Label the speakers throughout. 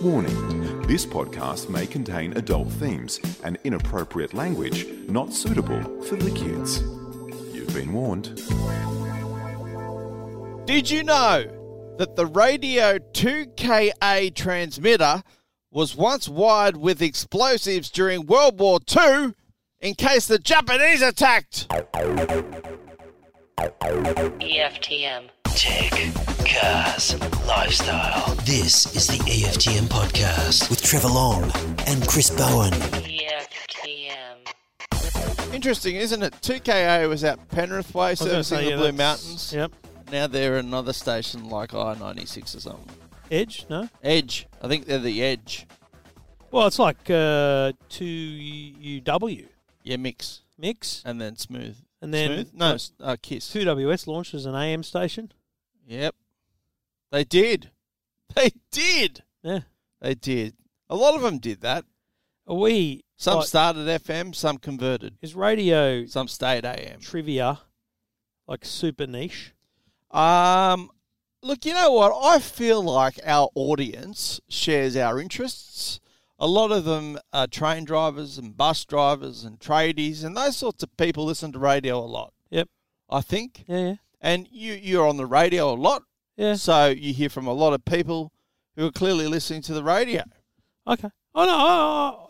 Speaker 1: Warning this podcast may contain adult themes and inappropriate language not suitable for the kids. You've been warned.
Speaker 2: Did you know that the Radio 2KA transmitter was once wired with explosives during World War II in case the Japanese attacked?
Speaker 3: EFTM.
Speaker 4: Tech, cars, lifestyle. This is the EFTM podcast with Trevor Long and Chris Bowen.
Speaker 3: EFTM.
Speaker 2: Interesting, isn't it? 2KA was out Penrith Way
Speaker 5: I was
Speaker 2: servicing
Speaker 5: gonna say,
Speaker 2: the
Speaker 5: yeah,
Speaker 2: Blue
Speaker 5: that's-
Speaker 2: Mountains.
Speaker 5: Yep.
Speaker 2: Now they're another station like I 96 or something.
Speaker 5: Edge, no?
Speaker 2: Edge. I think they're the Edge.
Speaker 5: Well, it's like uh, 2UW
Speaker 2: Yeah, mix.
Speaker 5: mix.
Speaker 2: And then smooth.
Speaker 5: And then
Speaker 2: smooth? No, s- uh, kiss.
Speaker 5: 2WS launches an AM station.
Speaker 2: Yep. They did. They did.
Speaker 5: Yeah.
Speaker 2: They did. A lot of them did that.
Speaker 5: Are we.
Speaker 2: Some
Speaker 5: like,
Speaker 2: started FM, some converted,
Speaker 5: Is radio
Speaker 2: some stayed AM.
Speaker 5: trivia like super niche?
Speaker 2: Um, look, you know what? I feel like our audience shares our interests. A lot of them are train drivers and bus drivers and tradies and those sorts of people listen to radio a lot.
Speaker 5: Yep.
Speaker 2: I think.
Speaker 5: Yeah, yeah.
Speaker 2: And you you're on the radio a lot,
Speaker 5: Yeah.
Speaker 2: so you hear from a lot of people who are clearly listening to the radio.
Speaker 5: Okay. Oh, no.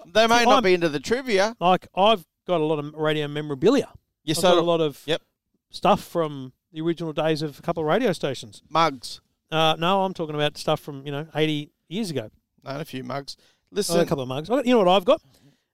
Speaker 5: I-
Speaker 2: They may
Speaker 5: See,
Speaker 2: not
Speaker 5: I'm-
Speaker 2: be into the trivia.
Speaker 5: I- like, I've got a lot of radio memorabilia.
Speaker 2: You
Speaker 5: I've got a
Speaker 2: saw
Speaker 5: lot of
Speaker 2: Yep.
Speaker 5: stuff from the original days of a couple of radio stations.
Speaker 2: mugs.
Speaker 5: Uh, no, I'm talking about stuff from, you know, 80 years ago.
Speaker 2: Not a few mugs.
Speaker 5: I've got
Speaker 2: Listen,
Speaker 5: a couple of mugs. I got, you know what I've got?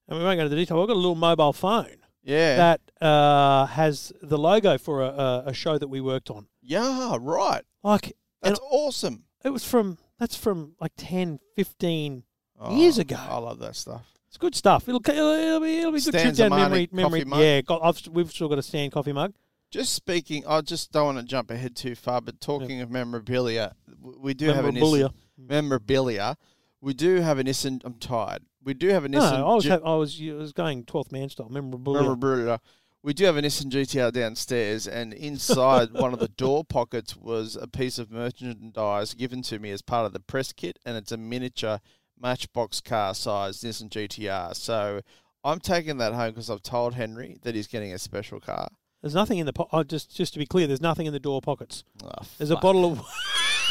Speaker 5: And we won't go into the detail. I've got a little mobile phone
Speaker 2: yeah,
Speaker 5: that uh, has the logo for a, a, a show that we worked on.
Speaker 2: yeah, right.
Speaker 5: Like,
Speaker 2: That's
Speaker 5: and
Speaker 2: awesome.
Speaker 5: it was from, that's from like 10, 15. Years ago.
Speaker 2: Oh, I love that stuff.
Speaker 5: It's good stuff. It'll, ca- it'll, it'll be, it'll be good trip down
Speaker 2: Stanzamani
Speaker 5: memory.
Speaker 2: coffee
Speaker 5: memory
Speaker 2: mug.
Speaker 5: Yeah, got, I've, we've still got a stand coffee mug.
Speaker 2: Just speaking, I just don't want to jump ahead too far, but talking of memorabilia, w- we do
Speaker 5: Memorabilia.
Speaker 2: have an Issen, memorabilia. We do have an Issen. I'm tired. We do have an
Speaker 5: No,
Speaker 2: Issen.
Speaker 5: I was,
Speaker 2: G-
Speaker 5: ha- I was I was going 12th man style. Memorabilia.
Speaker 2: memorabilia. We do have an Issen GTR downstairs, and inside one of the door pockets was a piece of merchandise given to me as part of the press kit, and it's a miniature Matchbox car sized Nissan GTR. So I'm taking that home because I've told Henry that he's getting a special car.
Speaker 5: There's nothing in the po- oh, just just to be clear. There's nothing in the door pockets.
Speaker 2: Oh,
Speaker 5: There's a
Speaker 2: fuck.
Speaker 5: bottle of.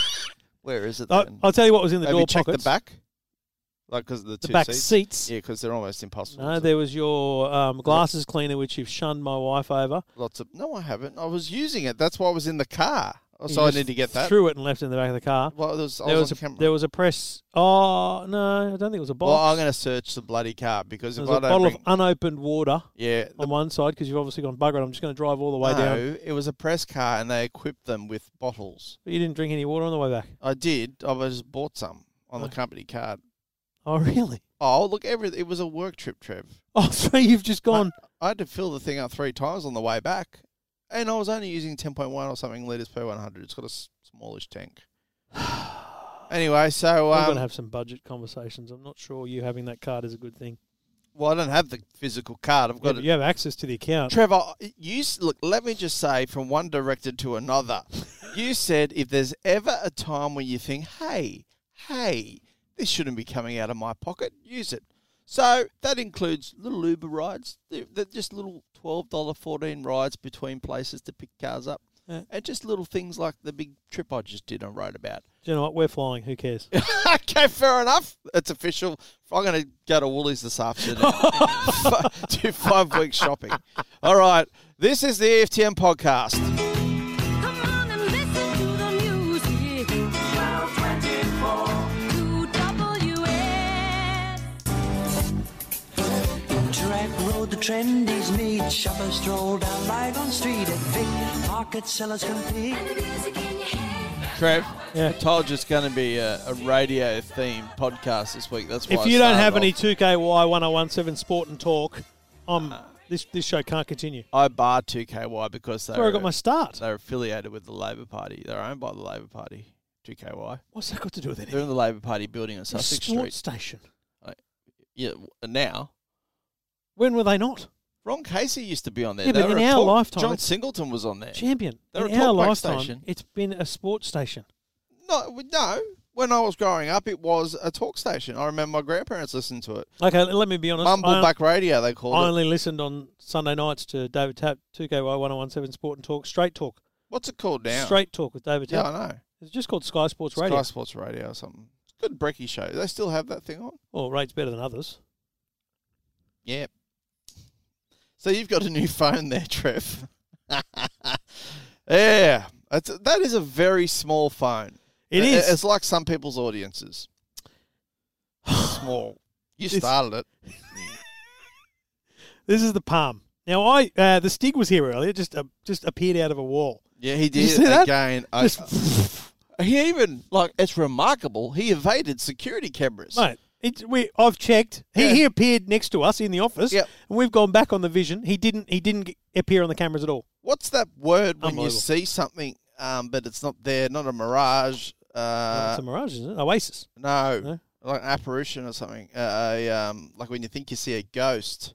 Speaker 2: Where is it?
Speaker 5: I,
Speaker 2: then?
Speaker 5: I'll tell you what was in Uh, the
Speaker 2: Have
Speaker 5: door
Speaker 2: you checked
Speaker 5: pockets.
Speaker 2: the back? Like because the
Speaker 5: The
Speaker 2: two
Speaker 5: back
Speaker 2: seats.
Speaker 5: seats.
Speaker 2: Yeah, because they're almost impossible.
Speaker 5: No,
Speaker 2: to-
Speaker 5: there was your um, glasses cleaner, which you've shunned my wife over.
Speaker 2: lots of. No, I haven't. I was using it. That's why I was in the car. Oh,
Speaker 5: You
Speaker 2: so I
Speaker 5: just
Speaker 2: need to get that.
Speaker 5: Threw it and left it in the back of the car.
Speaker 2: Well, there was, I
Speaker 5: there
Speaker 2: was,
Speaker 5: was a
Speaker 2: on camera.
Speaker 5: there was a press. Oh no, I don't think it was a box.
Speaker 2: well, I'm going to search the bloody car because
Speaker 5: there
Speaker 2: if
Speaker 5: was
Speaker 2: I
Speaker 5: a
Speaker 2: don't.
Speaker 5: bottle
Speaker 2: bring-
Speaker 5: of unopened water
Speaker 2: yeah. The,
Speaker 5: on one side because you've obviously gone bugger it. I'm just going to drive all the way down.
Speaker 2: no, it was a press car and they equipped them with bottles.
Speaker 5: But you didn't drink any water on the way back.
Speaker 2: I did. I was bought some on the company card.
Speaker 5: Oh really?
Speaker 2: Oh, look, every it was a work trip, Trev.
Speaker 5: Oh, so you've just gone.
Speaker 2: I had to fill the thing up three times on the way back, and I was only using 10.1 or something liters per 100. It's got a s- smallish tank. anyway, so
Speaker 5: We're going
Speaker 2: um,
Speaker 5: to have some budget conversations. I'm not sure you having that card is a good thing.
Speaker 2: well, I don't have the physical card. I've
Speaker 5: Yeah,
Speaker 2: got
Speaker 5: but
Speaker 2: it.
Speaker 5: you have access to the account.
Speaker 2: Trevor, you s- look. Let me just say, from one director to another, you said if there's ever a time when you think, "Hey, hey, this shouldn't be coming out of my pocket," use it. So that includes little Uber rides, they're, they're just little twelve dollar, fourteen rides between places to pick cars up,
Speaker 5: Yeah.
Speaker 2: and just little things like the big trip I just did and wrote about.
Speaker 5: Do you know what? We're flying. Who cares?
Speaker 2: okay, fair enough. It's official. I'm going to go to Woolies this afternoon. F- Do five week shopping. All right. This is the E EFTM podcast.
Speaker 6: Come on and listen to the music. 1224.
Speaker 4: Interact Road, the trendies meet. Shoppers stroll down Lygon Street at Vic. Market sellers compete.
Speaker 6: The music in your head.
Speaker 2: Trev,
Speaker 5: Yeah.
Speaker 2: I told you it's going to be a, a radio themed podcast this week. That's why
Speaker 5: If
Speaker 2: I
Speaker 5: you don't
Speaker 2: started
Speaker 5: have any
Speaker 2: off.
Speaker 5: 2KY1017 sport and talk, um, this this show can't continue.
Speaker 2: I barred 2KY because
Speaker 5: That's where
Speaker 2: they're, uh,
Speaker 5: I got my start.
Speaker 2: they're affiliated with the Labor Party. They're owned by the Labor Party, 2KY.
Speaker 5: What's that got to do with anything?
Speaker 2: They're in the Labor Party building on
Speaker 5: A
Speaker 2: Sussex
Speaker 5: sport
Speaker 2: Street. Uh,
Speaker 5: station.
Speaker 2: Yeah, w- uh, now.
Speaker 5: When were they not?
Speaker 2: Ron Casey used to be on there.
Speaker 5: Yeah,
Speaker 2: They
Speaker 5: but
Speaker 2: were
Speaker 5: in
Speaker 2: a
Speaker 5: our
Speaker 2: talk-
Speaker 5: lifetime,
Speaker 2: John
Speaker 5: it's-
Speaker 2: Singleton was on there.
Speaker 5: Champion.
Speaker 2: They're
Speaker 5: In
Speaker 2: a
Speaker 5: our
Speaker 2: talkback
Speaker 5: lifetime,
Speaker 2: station.
Speaker 5: it's been a sports station.
Speaker 2: No, we- no. when I was growing up, it was a talk station. I remember my grandparents listened to it.
Speaker 5: Okay, let me be honest. I,
Speaker 2: Mumbleback Radio, they called
Speaker 5: I
Speaker 2: it.
Speaker 5: only listened on Sunday nights to David Tapp, 2KY 1017 Sport and Talk, Straight Talk.
Speaker 2: What's it called now?
Speaker 5: Straight Talk with David
Speaker 2: Yeah,
Speaker 5: Tapp.
Speaker 2: I know.
Speaker 5: It's just called Sky Sports
Speaker 2: Sky
Speaker 5: Radio.
Speaker 2: Sports Radio or something. It's a good brekkie show. They still have that thing on.
Speaker 5: Well, rates better than others.
Speaker 2: Yep. So you've got a new phone there, Trev. yeah, that's, that is a very small phone.
Speaker 5: It
Speaker 2: I-
Speaker 5: is.
Speaker 2: Uh, It's like some people's audiences. small. You
Speaker 5: It's-
Speaker 2: started it.
Speaker 5: This is the Palm. Now, I uh, the Stig was here earlier. Just uh, just appeared out of a wall.
Speaker 2: Yeah, he did
Speaker 5: you
Speaker 2: it
Speaker 5: see that?
Speaker 2: again. I-
Speaker 5: Just-
Speaker 2: he even like it's remarkable. He evaded security cameras.
Speaker 5: Mate, it, we I've checked. He,
Speaker 2: Yeah.
Speaker 5: he appeared next to us in the office,
Speaker 2: Yep.
Speaker 5: and we've gone back on the vision. He didn't. He didn't g- appear on the cameras at all.
Speaker 2: What's that word when you
Speaker 5: Unbelievable.
Speaker 2: see something, um, but it's not there? Not a mirage. Uh,
Speaker 5: it's a mirage, isn't it? Oasis.
Speaker 2: No,
Speaker 5: No?
Speaker 2: like an apparition or something. Uh, a, um, like when you think you see a ghost.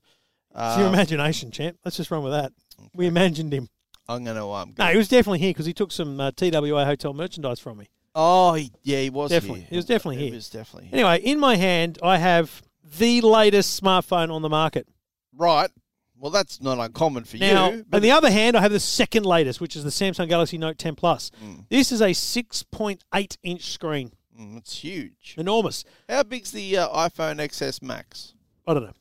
Speaker 5: It's
Speaker 2: Um,
Speaker 5: your imagination, champ. Let's just run with that. We imagined him.
Speaker 2: I'm gonna. Um, go.
Speaker 5: No, he was definitely here because he took some uh, TWA hotel merchandise from me.
Speaker 2: Oh, he, yeah, he was
Speaker 5: Definitely.
Speaker 2: here.
Speaker 5: He was definitely
Speaker 2: He
Speaker 5: here.
Speaker 2: was definitely here.
Speaker 5: Anyway, in my hand, I have the latest smartphone on the market.
Speaker 2: Right. Well, that's not uncommon for
Speaker 5: Now,
Speaker 2: you.
Speaker 5: on the other hand, I have the second latest, which is the Samsung Galaxy Note 10 Plus. This is a 6.8 inch screen,
Speaker 2: Mm, it's huge.
Speaker 5: enormous.
Speaker 2: How big's the uh, iPhone XS Max?
Speaker 5: I don't know,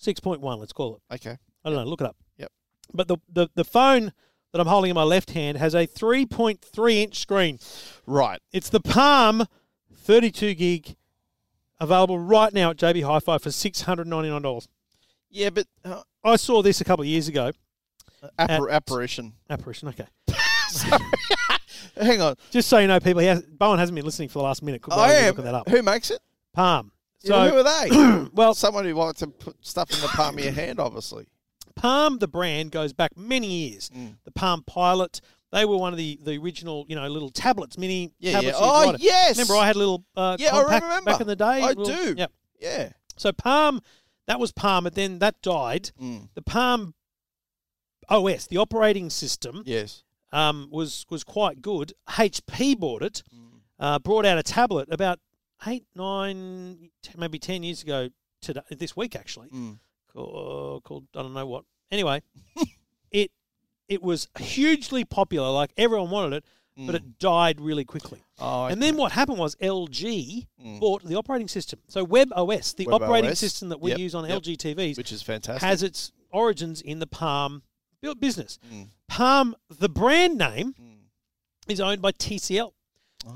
Speaker 5: 6.1, let's call it.
Speaker 2: Okay.
Speaker 5: I don't know, look it up.
Speaker 2: Yep.
Speaker 5: But the, the, the phone that I'm holding in my left hand has a 3.3 inch screen.
Speaker 2: Right.
Speaker 5: It's the Palm 32 gig, available right now at JB Hi Fi for $699.
Speaker 2: Yeah, but uh,
Speaker 5: I saw this a couple of years ago.
Speaker 2: appar-
Speaker 5: At-
Speaker 2: apparition.
Speaker 5: Apparition, okay.
Speaker 2: Hang on.
Speaker 5: Just so you know, people, he has, Bowen hasn't been listening for the last minute. Could
Speaker 2: I
Speaker 5: well be
Speaker 2: am.
Speaker 5: looking that up.
Speaker 2: Who makes it?
Speaker 5: Palm.
Speaker 2: So,
Speaker 5: So,
Speaker 2: who are they?
Speaker 5: well,
Speaker 2: Someone who likes to put stuff in the palm of your hand, obviously.
Speaker 5: Palm, the brand, goes back many years.
Speaker 2: Mm.
Speaker 5: The Palm Pilot, they were one of the, the original, you know, little tablets, mini
Speaker 2: Yeah,
Speaker 5: tablets.
Speaker 2: yeah.
Speaker 5: you'd
Speaker 2: Oh,
Speaker 5: write it.
Speaker 2: yes!
Speaker 5: Remember, I had a little uh,
Speaker 2: Yeah, I
Speaker 5: compact
Speaker 2: remember.
Speaker 5: back in the day.
Speaker 2: I
Speaker 5: Little-
Speaker 2: do.
Speaker 5: Yep.
Speaker 2: Yeah.
Speaker 5: So Palm, that was Palm, but then that died.
Speaker 2: Mm.
Speaker 5: The Palm OS, the operating system,
Speaker 2: Yes.
Speaker 5: um, was was quite good. HP bought it,
Speaker 2: Mm.
Speaker 5: uh, brought out a tablet about eight, nine, ten, maybe ten years ago today, this week actually,
Speaker 2: Mm.
Speaker 5: called, called I don't know what. Anyway, it it was hugely popular, like everyone wanted it, but it died really quickly.
Speaker 2: Mm. Oh,
Speaker 5: And then what happened was LG
Speaker 2: Mm.
Speaker 5: bought the operating system. So WebOS, the
Speaker 2: Web
Speaker 5: operating
Speaker 2: OS,
Speaker 5: system that we
Speaker 2: yep,
Speaker 5: use on
Speaker 2: yep.
Speaker 5: LG TVs,
Speaker 2: which is fantastic.
Speaker 5: has its origins in the Palm bu- business.
Speaker 2: Mm.
Speaker 5: Palm, the brand name,
Speaker 2: Mm. Uh-huh.
Speaker 5: is owned by TCL,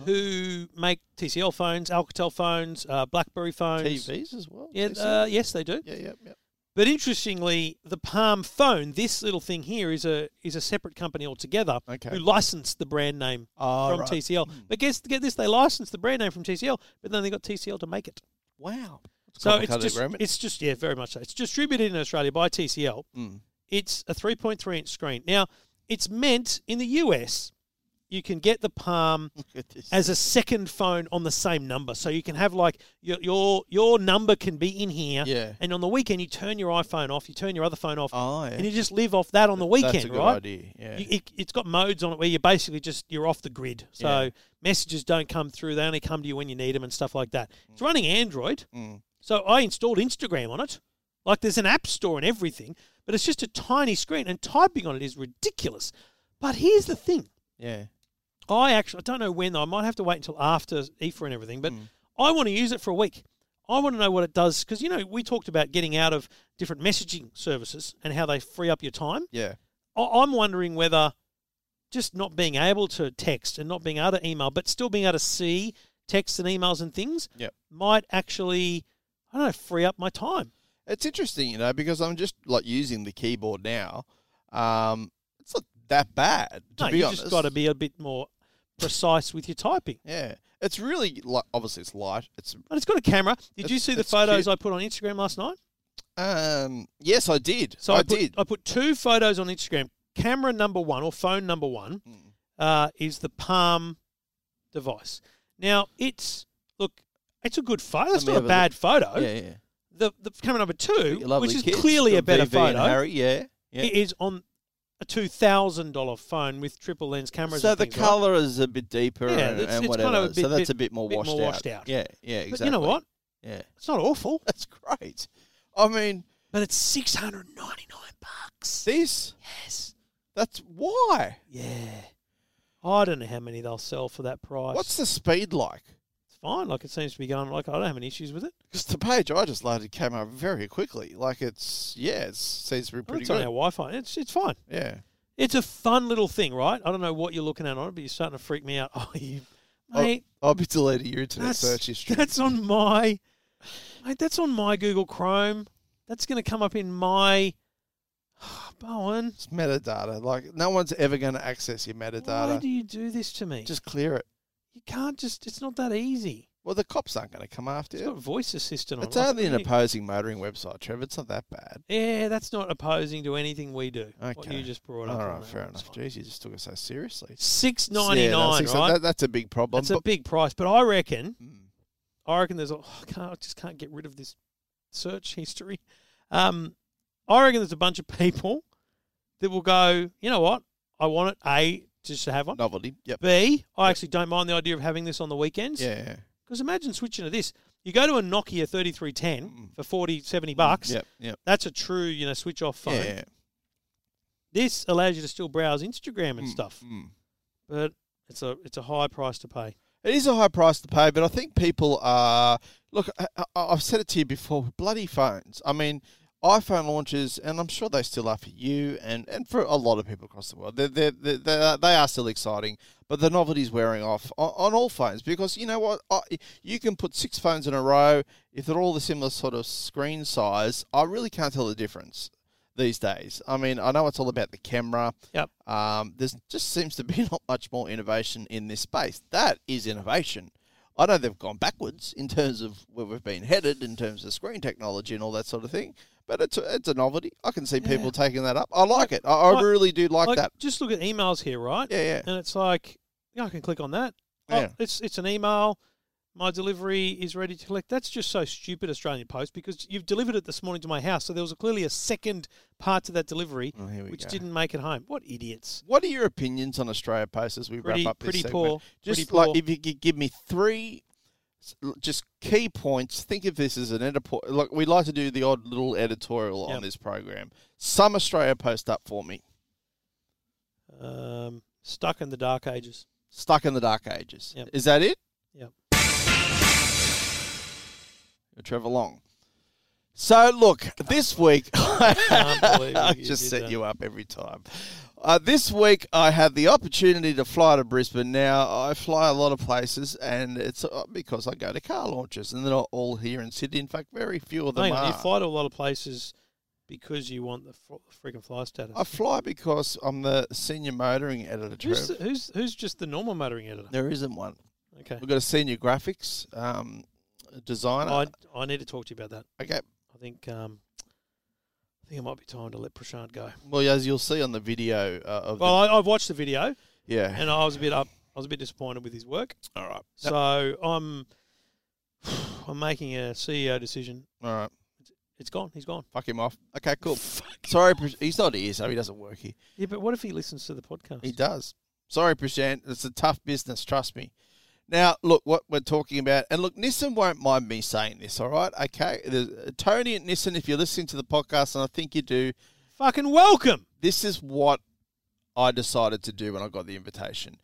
Speaker 5: who make TCL phones, Alcatel phones, uh, BlackBerry phones.
Speaker 2: TVs as well.
Speaker 5: Yeah,
Speaker 2: TCL?
Speaker 5: uh, yes, they do.
Speaker 2: yeah, yeah, yeah.
Speaker 5: But interestingly, the Palm phone, this little thing here, is a is a separate company altogether
Speaker 2: Okay.
Speaker 5: who licensed the brand name
Speaker 2: Oh,
Speaker 5: from
Speaker 2: right.
Speaker 5: TCL. But guess get this, they licensed the brand name from TCL, but then they got TCL to make it.
Speaker 2: Wow.
Speaker 5: So it's
Speaker 2: Complicated
Speaker 5: just,
Speaker 2: agreement.
Speaker 5: it's just yeah, very much so. It's distributed in Australia by TCL.
Speaker 2: Mm.
Speaker 5: It's a 3.3 inch screen. Now, it's meant in the US, you can get the Palm
Speaker 2: Look at this.
Speaker 5: as a second phone on the same number. So you can have like your your, your number can be in here.
Speaker 2: Yeah.
Speaker 5: And on the weekend you turn your iPhone off, you turn your other phone off,
Speaker 2: Oh, yeah.
Speaker 5: and you just live off that on the weekend,
Speaker 2: That's a good
Speaker 5: right?
Speaker 2: idea. Yeah.
Speaker 5: You, it, it's got modes on it where you're basically just you're off the grid, so
Speaker 2: Yeah.
Speaker 5: messages don't come through. They only come to you when you need them and stuff like that. It's running Android,
Speaker 2: Mm.
Speaker 5: so I installed Instagram on it. Like there's an app store and everything, but it's just a tiny screen, and typing on it is ridiculous. But here's the thing:
Speaker 2: yeah.
Speaker 5: I actually I don't know when. Though. I might have to wait until after EFA and everything, but
Speaker 2: Mm.
Speaker 5: I want to use it for a week. I want to know what it does because you know we talked about getting out of different messaging services and how they free up your time.
Speaker 2: Yeah.
Speaker 5: I- I'm wondering whether just not being able to text and not being able to email, but still being able to see texts and emails and things
Speaker 2: Yep.
Speaker 5: might actually, I don't know, free up my time.
Speaker 2: It's interesting, you know, because I'm just like using the keyboard now. Um, it's not that bad, to
Speaker 5: no,
Speaker 2: be
Speaker 5: you
Speaker 2: honest.
Speaker 5: just got to be a bit more precise with your typing.
Speaker 2: Yeah. It's really, like, obviously, it's light. It's,
Speaker 5: And it's got a camera. Did you
Speaker 2: It's-
Speaker 5: see the
Speaker 2: it's
Speaker 5: photos
Speaker 2: cute.
Speaker 5: I put on Instagram last night?
Speaker 2: um, yes, I did.
Speaker 5: So
Speaker 2: I,
Speaker 5: I, put,
Speaker 2: did.
Speaker 5: I put two photos on Instagram. Camera number one or phone number one
Speaker 2: Hmm.
Speaker 5: uh, is the Palm device. Now it's look, it's a good photo. It's
Speaker 2: me
Speaker 5: not
Speaker 2: have a
Speaker 5: a
Speaker 2: look.
Speaker 5: bad photo.
Speaker 2: yeah, yeah.
Speaker 5: the, the camera number two,
Speaker 2: Lovely
Speaker 5: which is
Speaker 2: kids.
Speaker 5: clearly a
Speaker 2: Got
Speaker 5: better
Speaker 2: VV and
Speaker 5: photo,
Speaker 2: Harry, yeah. yeah.
Speaker 5: it is on a two thousand dollar phone with triple lens cameras.
Speaker 2: So
Speaker 5: and
Speaker 2: the
Speaker 5: things, right?
Speaker 2: colour is a bit deeper
Speaker 5: Yeah,
Speaker 2: and,
Speaker 5: it's-
Speaker 2: and
Speaker 5: it's
Speaker 2: whatever.
Speaker 5: kind of a
Speaker 2: so
Speaker 5: bit-
Speaker 2: that's
Speaker 5: bit-
Speaker 2: a bit more
Speaker 5: bit
Speaker 2: washed,
Speaker 5: more
Speaker 2: out.
Speaker 5: washed out.
Speaker 2: Yeah, yeah,
Speaker 5: But
Speaker 2: exactly.
Speaker 5: you know what?
Speaker 2: Yeah,
Speaker 5: It's not awful,
Speaker 2: that's great. I mean,
Speaker 5: but it's six hundred ninety nine bucks.
Speaker 2: this.
Speaker 5: Yes.
Speaker 2: That's why.
Speaker 5: Yeah. I don't know how many they'll sell for that price.
Speaker 2: What's the speed like?
Speaker 5: it's fine. Like it seems to be going. Like I don't have any issues with it.
Speaker 2: Because the page I just loaded came up very quickly. Like it's yeah, it seems to be pretty
Speaker 5: It's on our
Speaker 2: good.
Speaker 5: Wi-Fi. It's it's fine.
Speaker 2: Yeah.
Speaker 5: It's a fun little thing, right? I don't know what you're looking at on it, but you're starting to freak me out. Oh, you,
Speaker 2: I'll-
Speaker 5: mate,
Speaker 2: I'll, be deleting your internet
Speaker 5: that's,
Speaker 2: search history.
Speaker 5: that's on my, mate, that's on my Google Chrome. That's going to come up in my, Bowen.
Speaker 2: It's metadata. Like no one's ever going to access your
Speaker 5: Why
Speaker 2: metadata.
Speaker 5: do you do this to me?
Speaker 2: just clear it.
Speaker 5: you can't just. It's not that easy.
Speaker 2: Well, the cops aren't going to come after
Speaker 5: It's
Speaker 2: you.
Speaker 5: got voice assistant on.
Speaker 2: It's
Speaker 5: it. Like,
Speaker 2: only an
Speaker 5: what do you-
Speaker 2: opposing motoring website, Trevor. It's not that bad.
Speaker 5: Yeah, that's not opposing to anything we do. What
Speaker 2: Okay.
Speaker 5: you just brought
Speaker 2: All
Speaker 5: up.
Speaker 2: right, fair enough. Jeez, you just took it so seriously.
Speaker 5: Six
Speaker 2: Yeah, no,
Speaker 5: ninety nine,
Speaker 2: six-
Speaker 5: right?
Speaker 2: that- that's a big problem.
Speaker 5: That's a
Speaker 2: but-
Speaker 5: big price, but I reckon
Speaker 2: Mm.
Speaker 5: I reckon there's a oh, I can't I just can't get rid of this search history. Um, I reckon there's a bunch of people that will go, you know what? I want it. A just to have one.
Speaker 2: novelty. Yep.
Speaker 5: B, I actually don't mind the idea of having this on the weekends.
Speaker 2: Yeah, yeah.
Speaker 5: Because imagine switching to this. You go to a Nokia 3310 for 40, 70 bucks.
Speaker 2: Yep. Yep.
Speaker 5: That's a true, you know, switch off phone.
Speaker 2: Yeah, yeah.
Speaker 5: This allows you to still browse Instagram and
Speaker 2: Mm,
Speaker 5: stuff,
Speaker 2: mm.
Speaker 5: but it's a it's a high price to pay.
Speaker 2: It is a high price to pay, but I think people are. Look, I, I- I've said it to you before. Bloody phones. I mean, iPhone launches, and I'm sure they still are for you and, and for a lot of people across the world. They're, they're, they're, they are they are still exciting, but the novelty's wearing off on, on all phones because you know what? I, you can put six phones in a row if they're all the similar sort of screen size. I really can't tell the difference these days. I mean, I know it's all about the camera.
Speaker 5: Yep.
Speaker 2: Um, there's just seems to be not much more innovation in this space. That is innovation. I know they've gone backwards in terms of where we've been headed in terms of screen technology and all that sort of thing, but it's a, it's a novelty. I can see people taking that up. I like it. I, I
Speaker 5: like-
Speaker 2: really do like, that.
Speaker 5: Just look at emails here, right?
Speaker 2: Yeah, yeah.
Speaker 5: And it's like, yeah, I can click on that. Oh,
Speaker 2: Yeah.
Speaker 5: it's it's an email. My delivery is ready to collect. That's just so stupid, Australian Post, because you've delivered it this morning to my house. So there was clearly a second part to that delivery,
Speaker 2: Oh, here we
Speaker 5: which
Speaker 2: go.
Speaker 5: didn't make it home. What idiots!
Speaker 2: What are your opinions on Australia Post as we
Speaker 5: Pretty-
Speaker 2: wrap up this
Speaker 5: pretty
Speaker 2: segment?
Speaker 5: poor,
Speaker 2: Just
Speaker 5: pretty
Speaker 2: like
Speaker 5: poor.
Speaker 2: if you could give me three, s- l- just key points. Think of this as an editorial. Like we like to do the odd little editorial
Speaker 5: Yep.
Speaker 2: on this program. Sum Australia Post up for me.
Speaker 5: Um, stuck in the dark ages.
Speaker 2: Stuck in the dark ages.
Speaker 5: Yep.
Speaker 2: Is that it?
Speaker 5: Yep.
Speaker 2: Trevor Long. So look, this week
Speaker 5: Can't believe
Speaker 2: I
Speaker 5: you
Speaker 2: just
Speaker 5: did
Speaker 2: set
Speaker 5: that.
Speaker 2: you up every time. Uh, this week I had the opportunity to fly to Brisbane. Now I fly a lot of places, and it's uh, because I go to car launches, and they're not all here in Sydney. In fact, very few of them
Speaker 5: Hang on,
Speaker 2: are.
Speaker 5: you fly to a lot of places because you want the fr- freaking fly status.
Speaker 2: I fly because I'm the senior motoring editor.
Speaker 5: who's, the,
Speaker 2: Trev.
Speaker 5: who's who's just the normal motoring editor?
Speaker 2: There isn't one.
Speaker 5: Okay,
Speaker 2: We've got a senior graphics um, designer.
Speaker 5: I I need to talk to you about that.
Speaker 2: okay.
Speaker 5: I think um, I think it might be time to let Prashant go.
Speaker 2: Well, as you'll see on the video uh, of
Speaker 5: Well, I, I've watched the video
Speaker 2: the, yeah.
Speaker 5: and I was a bit up. I was a bit disappointed with his work.
Speaker 2: all right.
Speaker 5: So I'm I'm making a CEO decision.
Speaker 2: All right.
Speaker 5: It's gone. He's gone.
Speaker 2: Fuck him off. Okay, cool. Sorry, Pris- he's not here, so he doesn't work here.
Speaker 5: Yeah, but what if he listens to the podcast?
Speaker 2: He does. Sorry, Prashant. It's a tough business, trust me. Now, look what we're talking about, and look, Nissan won't mind me saying this, all right? Okay, There's, uh, Tony at Nissan, if you're listening to the podcast, and I think you do,
Speaker 5: Fucking welcome.
Speaker 2: this is what I decided to do when I got the invitation.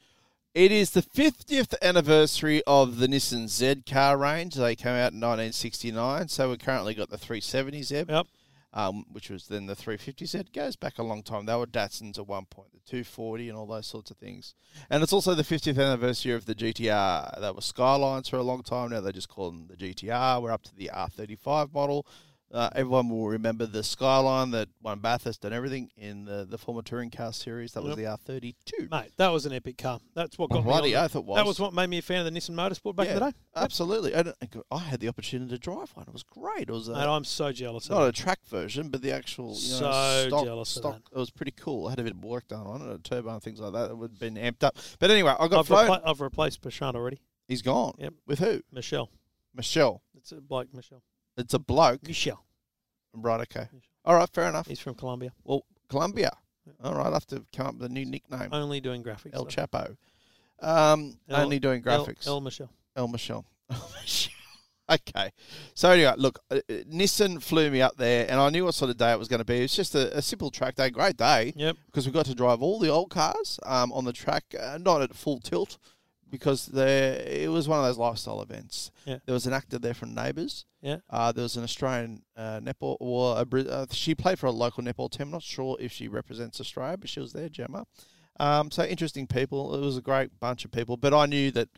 Speaker 2: It is the 50th anniversary of the Nissan Z car range. They came out in 1969, so we've currently got the 370 Z
Speaker 5: Yep.
Speaker 2: um, which was then the 350Z. It goes back a long time. They were Datsuns at one point, the 240 and all those sorts of things. And it's also the 50th anniversary of the GTR. They were Skylines for a long time. Now they just call them the GTR. We're up to the R35 model. Uh, everyone will remember the Skyline that won Bathurst and everything in the, the former touring car series. That was the R32.
Speaker 5: Mate, that was an epic car. That's what got
Speaker 2: Bloody
Speaker 5: me. on
Speaker 2: oath it was. Uh,
Speaker 5: That was what made me a fan of the Nissan Motorsport back in the day.
Speaker 2: Absolutely. And I had the opportunity to drive one. It was great. It was a,
Speaker 5: Mate, I'm so jealous. Of
Speaker 2: uh, not
Speaker 5: that.
Speaker 2: a track version, but the actual you know,
Speaker 5: So
Speaker 2: stock,
Speaker 5: jealous of
Speaker 2: stock it was pretty cool. I had a bit of work done on it, a turbo and things like that. It would have been amped up. But anyway, I got
Speaker 5: I've,
Speaker 2: flown.
Speaker 5: repla- I've replaced Prashant already.
Speaker 2: He's gone.
Speaker 5: Yep.
Speaker 2: With who?
Speaker 5: Michelle.
Speaker 2: Michelle.
Speaker 5: It's a bloke, Michelle.
Speaker 2: It's a bloke.
Speaker 5: Michelle.
Speaker 2: Right, okay. All right, fair enough.
Speaker 5: He's from Colombia.
Speaker 2: Well, Colombia. All right, I'll have to come up with a new nickname.
Speaker 5: Only doing graphics.
Speaker 2: El
Speaker 5: though.
Speaker 2: Chapo. Um,
Speaker 5: El-
Speaker 2: only doing
Speaker 5: El-
Speaker 2: graphics.
Speaker 5: El, Michelle.
Speaker 2: El Michelle. okay. So anyway, look, uh, uh, Nissan flew me up there, and I knew what sort of day it was going to be. It was just a, a simple track day, great day,
Speaker 5: Yep.
Speaker 2: because we got to drive all the old cars um, on the track, uh, not at full tilt, because there it was one of those lifestyle events.
Speaker 5: Yeah.
Speaker 2: There was an actor there from Neighbours.
Speaker 5: Yeah.
Speaker 2: Uh, there was an Australian uh, netball, or a, Bri- uh, she played for a local netball team. I'm not sure if she represents Australia, but she was there, Gemma. Um, so interesting people. It was a great bunch of people, but I knew that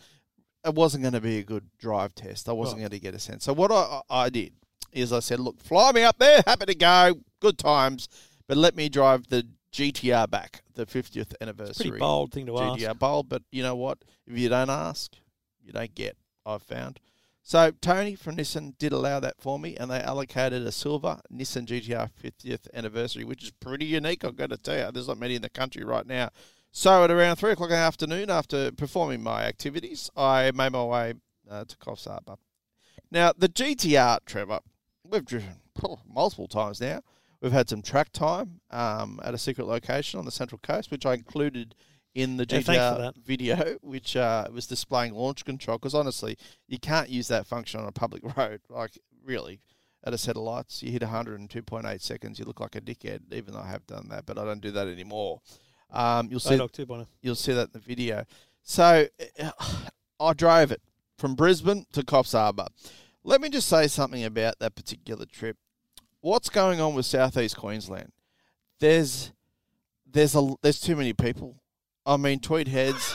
Speaker 2: it wasn't going to be a good drive test. I wasn't going to get a sense. So what I, I I did is I said, look, fly me up there, happy to go, good times, but let me drive the GTR back, the 50th anniversary.
Speaker 5: Pretty bold thing to ask.
Speaker 2: GTR bold, but you know what? If you don't ask, you don't get. I've found. So Tony from Nissan did allow that for me, and they allocated a silver Nissan GTR 50th anniversary, which is pretty unique. I've got to tell you, there's not many in the country right now. So at around three o'clock in the afternoon, after performing my activities, I made my way uh, to Coffs Harbour. Now the GTR, Trevor, we've driven phew, multiple times now. We've had some track time um, at a secret location on the Central Coast, which I included in the
Speaker 5: Yeah, thanks
Speaker 2: GTR
Speaker 5: for that.
Speaker 2: video, which uh, was displaying launch control. Because honestly, you can't use that function on a public road. Like really, at a set of lights, you hit 102.8 seconds. You look like a dickhead, even though I have done that, but I don't do that anymore. Um, you'll see
Speaker 5: Bodog too, Bono.
Speaker 2: You'll see that in the video. So uh, I drove it from Brisbane to Coffs Harbour. Let me just say something about that particular trip. What's going on with Southeast Queensland? There's there's a there's too many people. I mean, Tweed Heads.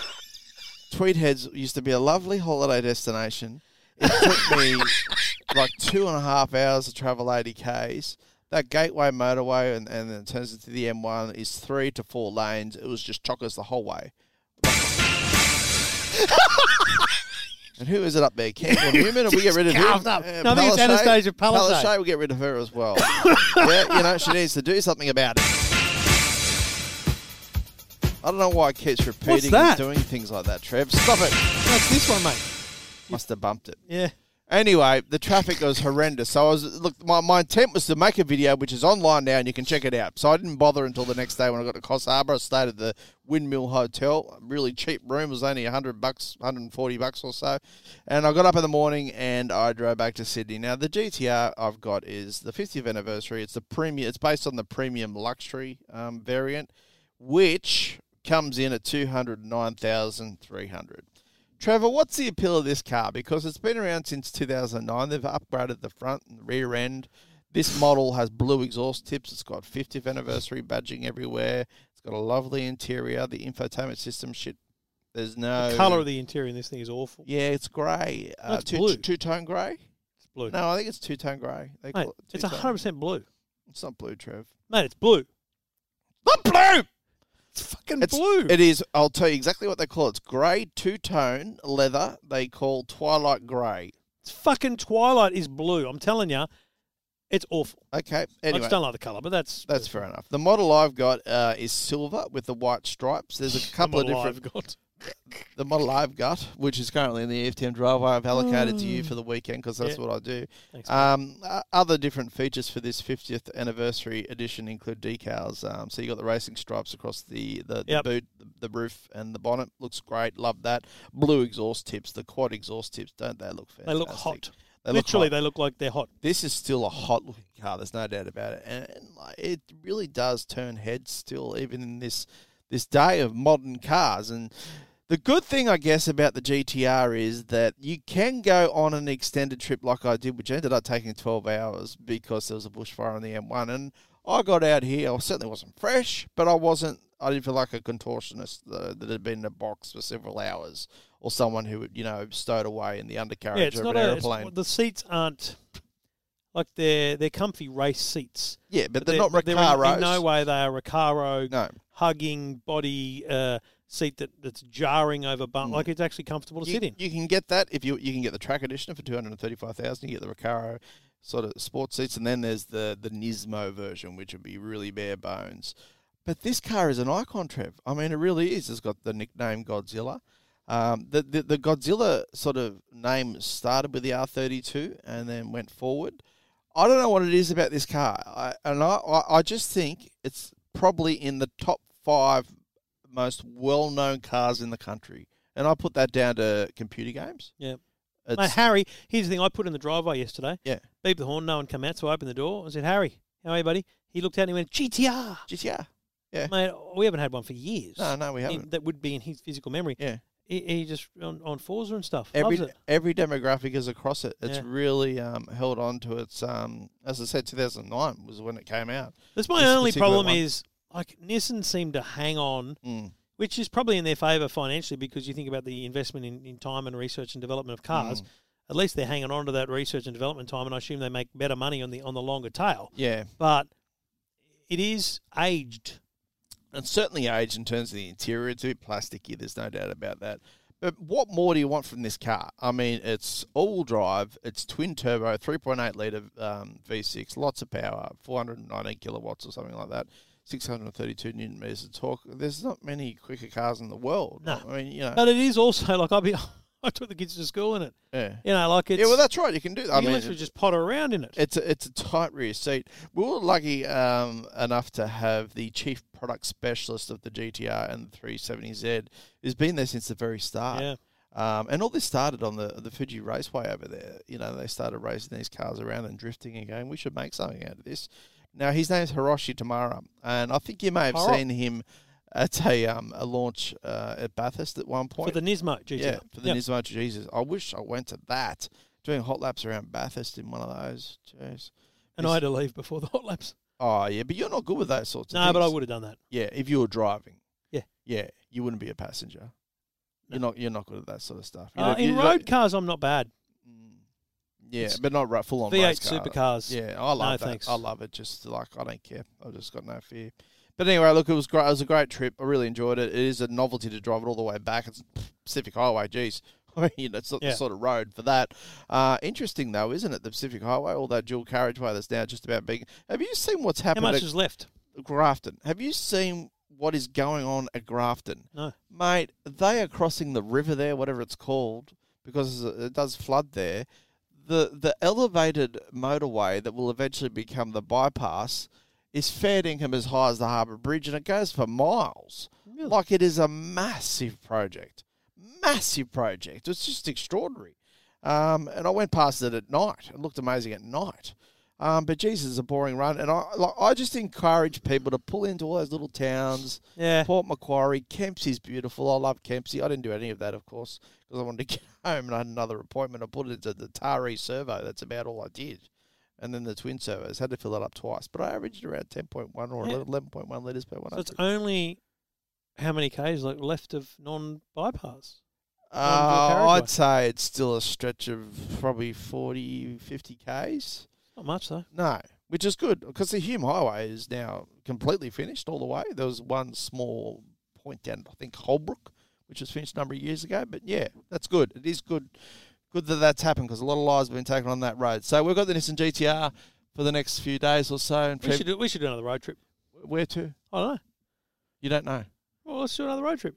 Speaker 2: Tweed Heads used to be a lovely holiday destination. It took me like two and a half hours to travel 80 Ks. That gateway motorway and, and then it turns into the M1 is three to four lanes. It was just chockers the whole way. and who is it up there? Campbell Newman? And we get rid of him.
Speaker 5: carved up.
Speaker 2: Uh,
Speaker 5: No, I think it's
Speaker 2: Palaszczuk?
Speaker 5: Anastasia Palaszczuk.
Speaker 2: Palaszczuk, we get rid of her as well. yeah, you know, she needs to do something about it. I don't know why it keeps repeating and
Speaker 5: that?
Speaker 2: doing things like that, Trev. Stop it.
Speaker 5: That's this one, mate.
Speaker 2: Must have bumped it.
Speaker 5: Yeah.
Speaker 2: Anyway, the traffic was horrendous. So I was look. My, my intent was to make a video, which is online now, and you can check it out. So I didn't bother until the next day when I got to Coss Harbour. I stayed at the Windmill Hotel, a really cheap room. It was only hundred bucks, hundred and forty bucks or so. And I got up in the morning and I drove back to Sydney. Now the GTR I've got is the 50th anniversary. It's the premium. It's based on the premium luxury um, variant, which comes in at two hundred nine thousand three hundred. Trevor, what's the appeal of this car? Because it's been around since 2009. They've upgraded the front and the rear end. This model has blue exhaust tips. It's got 50th anniversary badging everywhere. It's got a lovely interior. The infotainment system shit. There's no
Speaker 5: The colour of the interior in this thing is awful.
Speaker 2: Yeah, it's grey. Uh,
Speaker 5: No, it's blue.
Speaker 2: two two tone grey.
Speaker 5: It's blue.
Speaker 2: No, I think it's two tone grey. They
Speaker 5: mate,
Speaker 2: call it
Speaker 5: it's
Speaker 2: two-tone.
Speaker 5: 100% blue.
Speaker 2: It's not blue, Trev.
Speaker 5: Mate, it's blue.
Speaker 2: Not blue.
Speaker 5: It's fucking
Speaker 2: It's
Speaker 5: blue.
Speaker 2: It is. I'll tell you exactly what they call it. It's grey two tone leather. They call twilight grey.
Speaker 5: It's fucking Twilight is blue. I'm telling you, it's awful.
Speaker 2: Okay.
Speaker 5: I
Speaker 2: Anyway.
Speaker 5: just don't like the colour, but that's
Speaker 2: That's fair enough. The model I've got uh, is silver with the white stripes. There's a couple of
Speaker 5: model
Speaker 2: different.
Speaker 5: I've got.
Speaker 2: The model I've got, which is currently in the E EFTM driveway, I've allocated to you for the weekend because that's
Speaker 5: Mm. Yeah.
Speaker 2: what I do.
Speaker 5: Thanks, mate.
Speaker 2: Um, o- other different features for this 50th anniversary edition include decals. Um, so you got the racing stripes across the the, the
Speaker 5: Yep.
Speaker 2: boot, the, the roof, and the bonnet. Looks great. Love that. Blue exhaust tips. The quad exhaust tips. Don't they look fantastic?
Speaker 5: They look hot.
Speaker 2: They look
Speaker 5: Literally,
Speaker 2: hot
Speaker 5: they look like they're hot.
Speaker 2: this is still a hot looking car. There's no doubt about it, and, and like, it really does turn heads still, even in this this day of modern cars. And the good thing, I guess, about the GTR is that you can go on an extended trip like I did, which ended up taking 12 hours because there was a bushfire on the M1. And I got out here. I certainly wasn't fresh, but I wasn't. I didn't feel like a contortionist uh, that had been in a box for several hours, or someone who had, you know stowed away in the undercarriage
Speaker 5: Yeah, it's
Speaker 2: of
Speaker 5: not
Speaker 2: an
Speaker 5: a.
Speaker 2: aeroplane.
Speaker 5: It's, the seats aren't like they're they're comfy race seats.
Speaker 2: Yeah, but they're, not
Speaker 5: in-
Speaker 2: Recaros.
Speaker 5: In no way they are Recaro
Speaker 2: No.
Speaker 5: hugging body uh, seat that, that's jarring over bump. Like it's actually comfortable to
Speaker 2: Hmm. you,
Speaker 5: sit in.
Speaker 2: you can get that if you you can get the track edition for two hundred and thirty five thousand. You get the Recaro sort of sports seats, and then there's the the Nismo version, which would be really bare bones. But this car is an icon, Trev. I mean, it really is. It's got the nickname Godzilla. Um, the, the the Godzilla sort of name started with the R thirty two, and then went forward. I don't know what it is about this car, I, and I, I I just think it's probably in the top five most well known cars in the country. And I put that down to computer games.
Speaker 5: Yeah.
Speaker 2: It's,
Speaker 5: Mate, Harry, here's the thing. I put in the driveway yesterday.
Speaker 2: yeah.
Speaker 5: Beep the horn. No one come out, so I opened the door. I said, "Harry, how are you, buddy?" He looked out and he went, "GTR,
Speaker 2: Just, yeah. Yeah.
Speaker 5: mate. We haven't had one for years.
Speaker 2: No, no, we
Speaker 5: In-
Speaker 2: haven't.
Speaker 5: that would be in his physical memory.
Speaker 2: Yeah.
Speaker 5: He, he just on, on Forza and stuff.
Speaker 2: Every
Speaker 5: Loves it.
Speaker 2: every demographic is across it. It's
Speaker 5: Yeah.
Speaker 2: really um, held on to its. Um, as I said, 2009 was when it came out.
Speaker 5: That's my
Speaker 2: this
Speaker 5: only
Speaker 2: particular
Speaker 5: problem
Speaker 2: one.
Speaker 5: is like Nissan seemed to hang on,
Speaker 2: Mm.
Speaker 5: which is probably in their favour financially because you think about the investment in, in time and research and development of
Speaker 2: Mm.
Speaker 5: cars. At least they're hanging on to that research and development time, and I assume they make better money on the on the longer tail.
Speaker 2: Yeah,
Speaker 5: But it is aged.
Speaker 2: and certainly age in terms of the interior. It's a bit plasticky. There's no doubt about that. But what more do you want from this car? I mean, it's all-wheel drive. It's twin turbo, 3.8 liter um, V6, lots of power, 419 kilowatts or something like that. 632 newton meters of torque. There's not many quicker cars in the world.
Speaker 5: No.
Speaker 2: I mean, you know,
Speaker 5: But it is also like I be I took the kids to school in it.
Speaker 2: yeah,
Speaker 5: You know, like it's
Speaker 2: yeah. Well, that's right. You can do that.
Speaker 5: you
Speaker 2: I
Speaker 5: can
Speaker 2: mean,
Speaker 5: literally just potter around in it.
Speaker 2: It's a, it's a tight rear seat. We were lucky um, enough to have the chief product specialist of the GTR and the 370Z, who's been there since the very start.
Speaker 5: Yeah.
Speaker 2: Um, and all this started on the the Fuji Raceway over there. You know, they started racing these cars around and drifting and going, we should make something out of this. Now, his name's Hiroshi Tamara, and I think you may have
Speaker 5: Tamara.
Speaker 2: seen him at a, um, a launch uh, at Bathurst at one point.
Speaker 5: for the Nismo GTR.
Speaker 2: Yeah, for the
Speaker 5: Yeah.
Speaker 2: Nismo Jesus. I wish I went to that. Doing hot laps around Bathurst in one of those. Jeez.
Speaker 5: and I had to leave before the hot laps.
Speaker 2: Oh, yeah, but you're not good with those sorts of
Speaker 5: No,
Speaker 2: things.
Speaker 5: but I would have done that.
Speaker 2: Yeah, if you were driving.
Speaker 5: Yeah.
Speaker 2: Yeah, you wouldn't be a passenger. You're not you're not good at that sort of stuff. You
Speaker 5: Uh,
Speaker 2: don't-
Speaker 5: in
Speaker 2: you don't-
Speaker 5: road cars, I'm not bad.
Speaker 2: Yeah, but not right, full on
Speaker 5: V8
Speaker 2: race car.
Speaker 5: supercars.
Speaker 2: Yeah, I love that.
Speaker 5: thanks.
Speaker 2: I love it. Just like I don't care. I've just got no fear. But anyway, look, it was great. It was a great trip. I really enjoyed it. It is a novelty to drive it all the way back. It's Pacific Highway. Geez, I mean, you know, it's not
Speaker 5: Yeah.
Speaker 2: the sort of road for that. Uh, interesting though, isn't it? The Pacific Highway, all that dual carriageway that's now just about big. Have you seen what's
Speaker 5: How
Speaker 2: happened
Speaker 5: much
Speaker 2: at
Speaker 5: is left?
Speaker 2: Grafton? Have you seen what is going on at Grafton?
Speaker 5: No.
Speaker 2: Mate, they are crossing the river there, whatever it's called, because it does flood there. The the elevated motorway that will eventually become the bypass is fair income as high as the Harbour Bridge, and it goes for miles. Like it is a massive project, massive project. It's just extraordinary. Um, and I went past it at night. It looked amazing at night. Um, but Jesus, it's a boring run. And I like, I just encourage people to pull into all those little towns.
Speaker 5: Yeah.
Speaker 2: Port Macquarie, Kempsey's beautiful. I love Kempsey. I didn't do any of that, of course, because I wanted to get home and I had another appointment. I put it into the Tari servo. That's about all I did. And then the twin servos. Had to fill that up twice. But I averaged around 10.1 or
Speaker 5: Yeah.
Speaker 2: 11.1 litres per one.
Speaker 5: So it's only how many k's like left of non-bypass?
Speaker 2: Uh,
Speaker 5: carriageway.
Speaker 2: I'd say it's still a stretch of probably 40, 50 Ks.
Speaker 5: Not much though.
Speaker 2: No, which is good because the Hume Highway is now completely finished all the way. There was one small point down, I think Holbrook, which was finished a number of years ago. But yeah, that's good. It is good, good that that's happened because a lot of lives have been taken on that road. So we've got the Nissan GTR for the next few days or so. And
Speaker 5: We
Speaker 2: Trev-
Speaker 5: should do, we should do another road trip.
Speaker 2: where to?
Speaker 5: I don't know.
Speaker 2: You don't know.
Speaker 5: Well, let's do another road trip.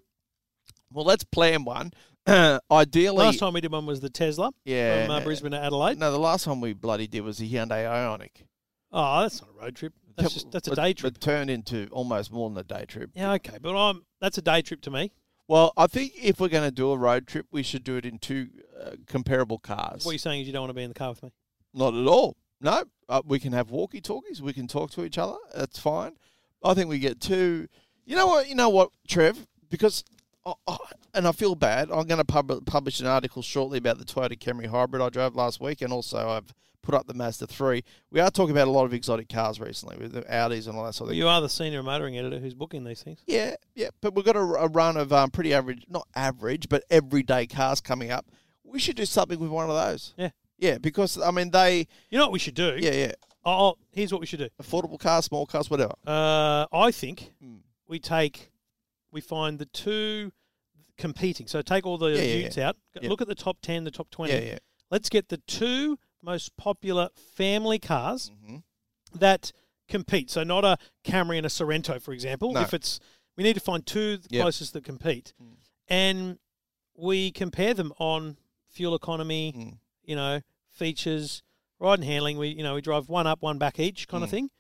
Speaker 2: Well, let's plan one. Ideally,
Speaker 5: Last time we did one was the Tesla
Speaker 2: yeah.
Speaker 5: from uh, Brisbane to Adelaide.
Speaker 2: No, the last one we bloody did was the Hyundai Ionic.
Speaker 5: Oh, that's not a road trip. That's just that's a
Speaker 2: But-
Speaker 5: day trip.
Speaker 2: But turned into almost more than a day trip.
Speaker 5: Yeah, okay, but I'm that's a day trip to me.
Speaker 2: Well, I think if we're going to do a road trip, we should do it in two uh, comparable cars.
Speaker 5: What you're saying is you don't want to be in the car with me.
Speaker 2: Not at all. No, uh, we can have walkie talkies. We can talk to each other. That's fine. I think we get two. You know what? You know what, Trev? Because, I, I, and I feel bad. I'm going to pub- publish an article shortly about the Toyota Camry Hybrid I drove last week, and also I've put up the Mazda three. We are talking about a lot of exotic cars recently, with the Audis and all that sort of.
Speaker 5: But you are the senior motoring editor who's booking these things.
Speaker 2: Yeah, yeah. But we've got a, a run of um, pretty average, not average, but everyday cars coming up. We should do something with one of those.
Speaker 5: Yeah.
Speaker 2: Yeah, because, I mean, they,
Speaker 5: You know what we should do?
Speaker 2: yeah, yeah.
Speaker 5: Oh, here's what we should do.
Speaker 2: Affordable cars, small cars, whatever.
Speaker 5: Uh, I think
Speaker 2: Hmm.
Speaker 5: we take, we find the two competing. So take all the
Speaker 2: Yeah, yeah,
Speaker 5: utes out.
Speaker 2: Yeah.
Speaker 5: Look at the top ten, the top twenty.
Speaker 2: Yeah, yeah.
Speaker 5: Let's get the two most popular family cars
Speaker 2: Mm-hmm.
Speaker 5: that compete. So not a Camry and a Sorrento, for example.
Speaker 2: No.
Speaker 5: If it's, we need to find two the
Speaker 2: Yep. Mm.
Speaker 5: closest that compete, and we compare them on fuel economy.
Speaker 2: Mm. Mm.
Speaker 5: You know, features, ride and handling. We you know we drive one up, one back each kind of thing.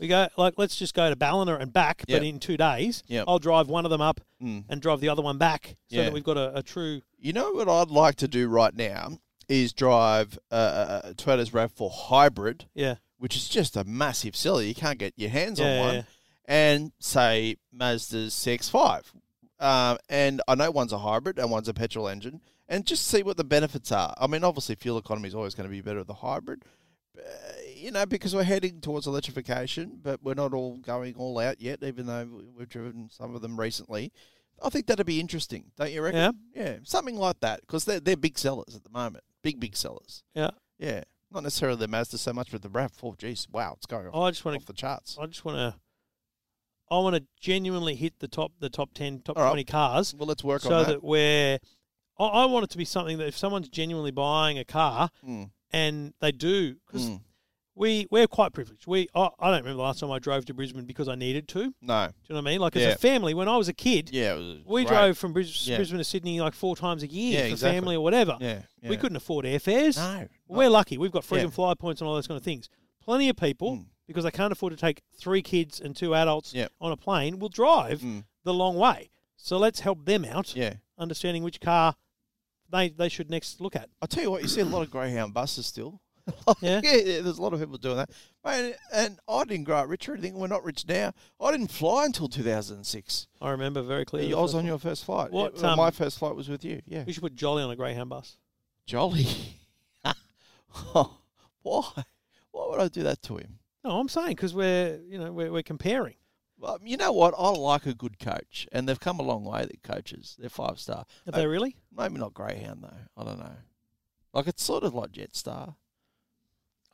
Speaker 5: We go like let's just go to Ballina and back,
Speaker 2: Yep.
Speaker 5: but in two days,
Speaker 2: Yep.
Speaker 5: I'll drive one of them up
Speaker 2: Mm.
Speaker 5: and drive the other one back, so
Speaker 2: Yeah.
Speaker 5: that we've got a, a true.
Speaker 2: You know what I'd like to do right now is drive uh, uh, uh, Toyota's Rav4 Hybrid,
Speaker 5: Yeah,
Speaker 2: which is just a massive seller. You can't get your hands on
Speaker 5: Yeah,
Speaker 2: one.
Speaker 5: yeah.
Speaker 2: And say Mazda's CX-5. Um, and I know one's a hybrid and one's a petrol engine. And just see what the benefits are. I mean, obviously, fuel economy is always going to be better with the hybrid. uh, You know, because we're heading towards electrification, but we're not all going all out yet, even though we- we've driven some of them recently. I think that'd be interesting, don't you reckon?
Speaker 5: Yeah.
Speaker 2: Yeah, something like that, because they're, they're big sellers at the moment. Big, big sellers.
Speaker 5: yeah.
Speaker 2: Yeah, not necessarily the Mazda so much, but the Rav Four. Geez, wow, it's going off,
Speaker 5: I just want
Speaker 2: off the charts.
Speaker 5: to, I just want to, I want to genuinely hit the top, the top ten, top
Speaker 2: All right.
Speaker 5: twenty cars,
Speaker 2: Well, let's work
Speaker 5: so
Speaker 2: on
Speaker 5: that,
Speaker 2: that.
Speaker 5: we're. I, I want it to be something that if someone's genuinely buying a car
Speaker 2: Mm,
Speaker 5: and they do, because
Speaker 2: mm.
Speaker 5: we we're quite privileged. We I, I don't remember the last time I drove to Brisbane because I needed to.
Speaker 2: No,
Speaker 5: Do you know what I mean? Like as
Speaker 2: Yeah.
Speaker 5: a family, when I was a kid,
Speaker 2: yeah, it was
Speaker 5: we
Speaker 2: great.
Speaker 5: drove from Bris-
Speaker 2: Yeah.
Speaker 5: Brisbane to Sydney like four times a year
Speaker 2: Yeah,
Speaker 5: for
Speaker 2: exactly.
Speaker 5: family or whatever.
Speaker 2: Yeah, yeah.
Speaker 5: We couldn't afford airfares.
Speaker 2: No,
Speaker 5: We're lucky. We've got freedom
Speaker 2: Yeah.
Speaker 5: fly points and all those kind of things. Plenty of people,
Speaker 2: Mm.
Speaker 5: because they can't afford to take three kids and two adults
Speaker 2: Yep.
Speaker 5: on a plane, will drive
Speaker 2: Mm.
Speaker 5: the long way. So let's help them out,
Speaker 2: Yeah,
Speaker 5: understanding which car they, they should next look at.
Speaker 2: I tell you what, you see a lot of Greyhound buses still. Like,
Speaker 5: Yeah.
Speaker 2: yeah, there's a lot of people doing that. Man, and I didn't grow up rich or anything. We're not rich now. I didn't fly until 2006.
Speaker 5: I remember very clearly.
Speaker 2: I
Speaker 5: the
Speaker 2: was
Speaker 5: first
Speaker 2: on
Speaker 5: one.
Speaker 2: your first flight.
Speaker 5: What,
Speaker 2: Yeah, well, my
Speaker 5: um,
Speaker 2: first flight was with you. Yeah,
Speaker 5: We should put Jolly on a Greyhound bus.
Speaker 2: jolly. Why? Why would I do that to him?
Speaker 5: No, I'm saying because we're you know we're, we're comparing.
Speaker 2: Well, you know what? I like a good coach, and they've come a long way. The coaches, they're five star.
Speaker 5: Are they really?
Speaker 2: Maybe not Greyhound though. I don't know. Like it's sort of like Jetstar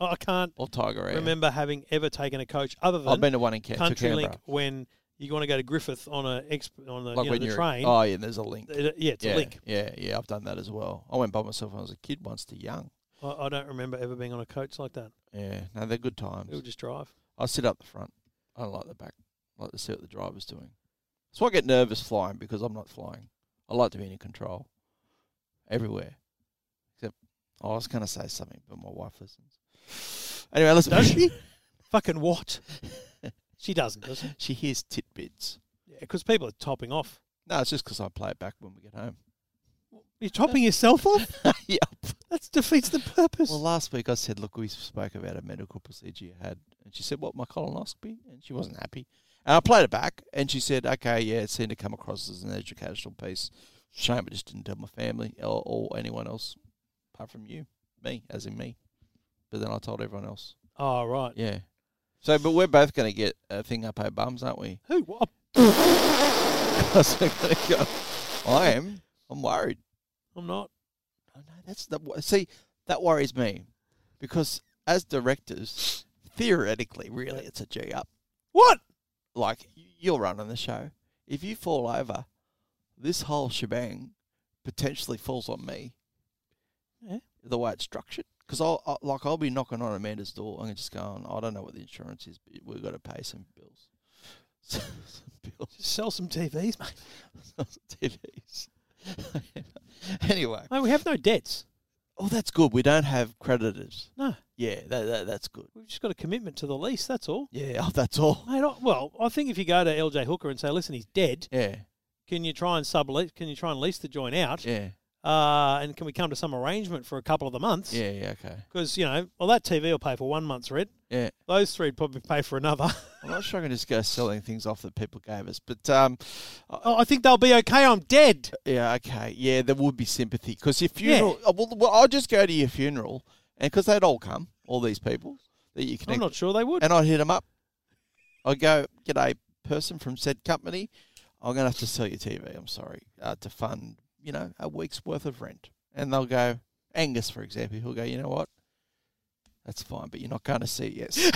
Speaker 5: Oh, I can't
Speaker 2: or Tiger Air.
Speaker 5: remember having ever taken a coach other than
Speaker 2: I've been to one in Ca- to
Speaker 5: Country
Speaker 2: Canberra.
Speaker 5: Link when you want to go to Griffith on a exp- on the, you know, the
Speaker 2: you're-
Speaker 5: train.
Speaker 2: Oh yeah, there's a link.
Speaker 5: Uh, yeah, it's
Speaker 2: yeah,
Speaker 5: a link.
Speaker 2: Yeah, yeah, I've done that as well. I went by myself when I was a kid once to Young.
Speaker 5: I, I don't remember ever being on a coach like that.
Speaker 2: Yeah, no, they're good
Speaker 5: We'll
Speaker 2: times.
Speaker 5: just drive.
Speaker 2: I sit up the front. I don't like the back. I like to see what the driver's doing. So I get nervous flying because I'm not flying. I like to be in control everywhere. Except I was going to say something, but my wife listens. Anyway, let's
Speaker 5: Does she? Fucking what? she doesn't, does she?
Speaker 2: She hears titbits.
Speaker 5: Because people are topping off.
Speaker 2: No, it's just because I play it back when we get home.
Speaker 5: You're topping yourself off.
Speaker 2: yep.
Speaker 5: That defeats the purpose.
Speaker 2: Well, last week I said, look, we spoke about a medical procedure you had, and she said, what, my colonoscopy? And she wasn't happy. And I played it back, and she said, okay, yeah, it seemed to come across as an educational piece. Shame I just didn't tell my family or, or anyone else, apart from you, me, as in me. But then I told everyone else.
Speaker 5: oh right.
Speaker 2: Yeah. So, but we're both going to get a thing up our bums, aren't we?
Speaker 5: Who? What?
Speaker 2: 'Cause we're gonna go- I am. I'm worried.
Speaker 5: I'm not.
Speaker 2: Oh, no, that's the wo- see that worries me because as directors, theoretically, really, it's a G up.
Speaker 5: What?
Speaker 2: Like y- you're running the show. If you fall over, this whole shebang potentially falls on me.
Speaker 5: Yeah.
Speaker 2: The way it's structured, because I'll I, like I'll be knocking on Amanda's door and just going, I don't know what the insurance is, but we've got to pay some bills. some bills.
Speaker 5: Just sell some TVs, mate.
Speaker 2: TVs. anyway,
Speaker 5: Mate, we have no debts.
Speaker 2: oh, that's good. We don't have creditors.
Speaker 5: No,
Speaker 2: Yeah, that, that, that's good.
Speaker 5: we've just got a commitment to the lease. That's all.
Speaker 2: Yeah, oh, that's all.
Speaker 5: Mate, I, well, I think if you go to LJ Hooker and say, "Listen, he's dead.
Speaker 2: Yeah,
Speaker 5: Can you try and sublease? Can you try and lease the joint out?
Speaker 2: yeah,
Speaker 5: Uh, and can we come to some arrangement for a couple of the months?
Speaker 2: yeah, yeah. Okay.
Speaker 5: Because you know, well, that TV will pay for one month's rent.
Speaker 2: Yeah,
Speaker 5: Those three would probably pay for another.
Speaker 2: I'm not sure I can just go selling things off that people gave us, but um,
Speaker 5: oh, I think they'll be okay. I'm dead.
Speaker 2: yeah, okay, yeah, there would be sympathy because your
Speaker 5: Yeah.
Speaker 2: funeral. oh, Well, well, I'll just go to your funeral, and because they'd all come, all these people that you
Speaker 5: I'm
Speaker 2: connect,
Speaker 5: not sure they would.
Speaker 2: and I'd hit them up. I'd go get a person from said company. I'm gonna have to sell your TV. I'm sorry uh, to fund you know a week's worth of rent, and they'll go Angus, for example. He'll go, you know what? That's fine, but you're not going to see it, yes.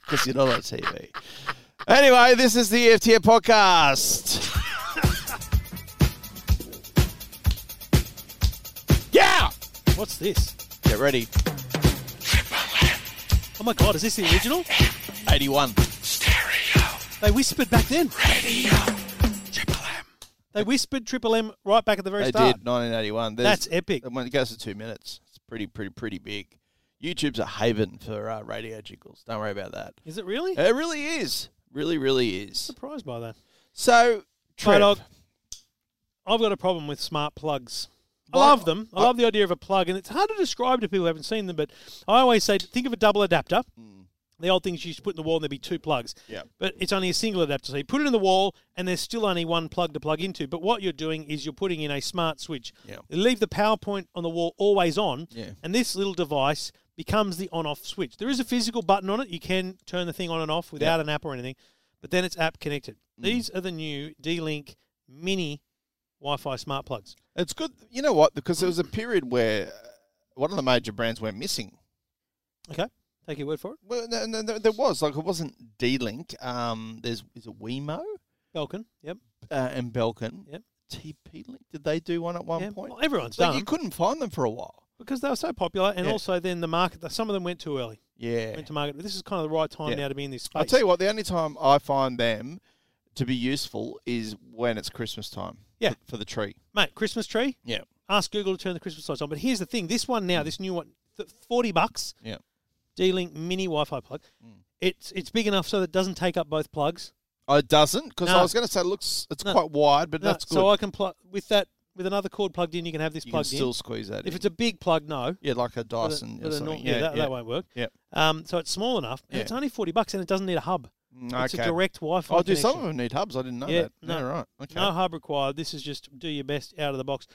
Speaker 2: because you're not on TV. Anyway, this is the E EFTM podcast. yeah,
Speaker 5: What's this?
Speaker 2: get ready.
Speaker 5: Oh my God, is this the original?
Speaker 2: 81.
Speaker 5: They whispered back then. They whispered Triple M right back at the very
Speaker 2: They
Speaker 5: start.
Speaker 2: did 1981. There's-
Speaker 5: That's epic.
Speaker 2: When it goes to two minutes, it's pretty, pretty, pretty big. YouTube's a haven for uh, radio jiggles. Don't worry about that.
Speaker 5: Is it really?
Speaker 2: It really is. Really, really is.
Speaker 5: Surprised by that.
Speaker 2: So, Trev,
Speaker 5: Mate, I'll- I've got a problem with smart plugs. I
Speaker 2: Like-
Speaker 5: love them. I love the idea of a plug, and it's hard to describe to people who haven't seen them. But I always say, think of a double adapter. The old things you used to put in the wall, and there'd be two plugs.
Speaker 2: Yep.
Speaker 5: But it's only a single adapter. So you put it in the wall, and there's still only one plug to plug into. But what you're doing is you're putting in a smart switch.
Speaker 2: Yep.
Speaker 5: You leave the PowerPoint on the wall always on,
Speaker 2: Yeah.
Speaker 5: and this little device becomes the on-off switch. There is a physical button on it. You can turn the thing on and off without an app or anything, but then it's app connected.
Speaker 2: Mm.
Speaker 5: These are the new D-Link mini Wi-Fi smart plugs.
Speaker 2: it's good. You know what? Because there was a period where uh, one of the major brands went missing.
Speaker 5: Okay, take your word for it.
Speaker 2: Well, no, no, no, there was like it wasn't D-Link. Um, there's is it Wemo
Speaker 5: Belkin. Yep.
Speaker 2: uh, and Belkin.
Speaker 5: Yep.
Speaker 2: TP Link. Did they do one at one
Speaker 5: yeah.
Speaker 2: point?
Speaker 5: Well, everyone's
Speaker 2: Like,
Speaker 5: done
Speaker 2: you couldn't find them for a while.
Speaker 5: because they were so popular, and
Speaker 2: Yeah.
Speaker 5: also then the market. Some of them went too early.
Speaker 2: Yeah.
Speaker 5: Went to market. This is kind of the right time
Speaker 2: Yeah.
Speaker 5: now to be in this space.
Speaker 2: I'll tell you what. The only time I find them to be useful is when it's Christmas time.
Speaker 5: Yeah.
Speaker 2: For, for the tree.
Speaker 5: mate. Christmas tree.
Speaker 2: Yeah.
Speaker 5: Ask Google to turn the Christmas lights on. But here's the thing: this one now, this new one, th- forty bucks.
Speaker 2: Yeah.
Speaker 5: D-Link mini Wi-Fi plug.
Speaker 2: Mm.
Speaker 5: It's it's big enough so that it doesn't take up both plugs.
Speaker 2: Oh, it doesn't because I
Speaker 5: No.
Speaker 2: was going to say it looks it's
Speaker 5: No.
Speaker 2: quite wide, but
Speaker 5: No,
Speaker 2: that's good.
Speaker 5: So I can plug with that with another cord plugged in. You can have this
Speaker 2: you can
Speaker 5: plugged
Speaker 2: still
Speaker 5: in.
Speaker 2: squeeze that.
Speaker 5: If
Speaker 2: in.
Speaker 5: it's a big plug, no.
Speaker 2: yeah, like a
Speaker 5: But a-
Speaker 2: Dyson
Speaker 5: but
Speaker 2: or
Speaker 5: a
Speaker 2: something.
Speaker 5: nor-
Speaker 2: yeah,
Speaker 5: that,
Speaker 2: yeah.
Speaker 5: that won't work.
Speaker 2: Yep.
Speaker 5: Um, so it's small enough. and
Speaker 2: Yeah.
Speaker 5: It's only forty bucks, and it doesn't need a hub. It's a
Speaker 2: Okay.
Speaker 5: direct Wi-Fi.
Speaker 2: Oh, do some
Speaker 5: connection.
Speaker 2: of them need hubs? I didn't know
Speaker 5: Yeah,
Speaker 2: that.
Speaker 5: no.
Speaker 2: yeah, right. Okay.
Speaker 5: No hub required. This is just do your best out of the box.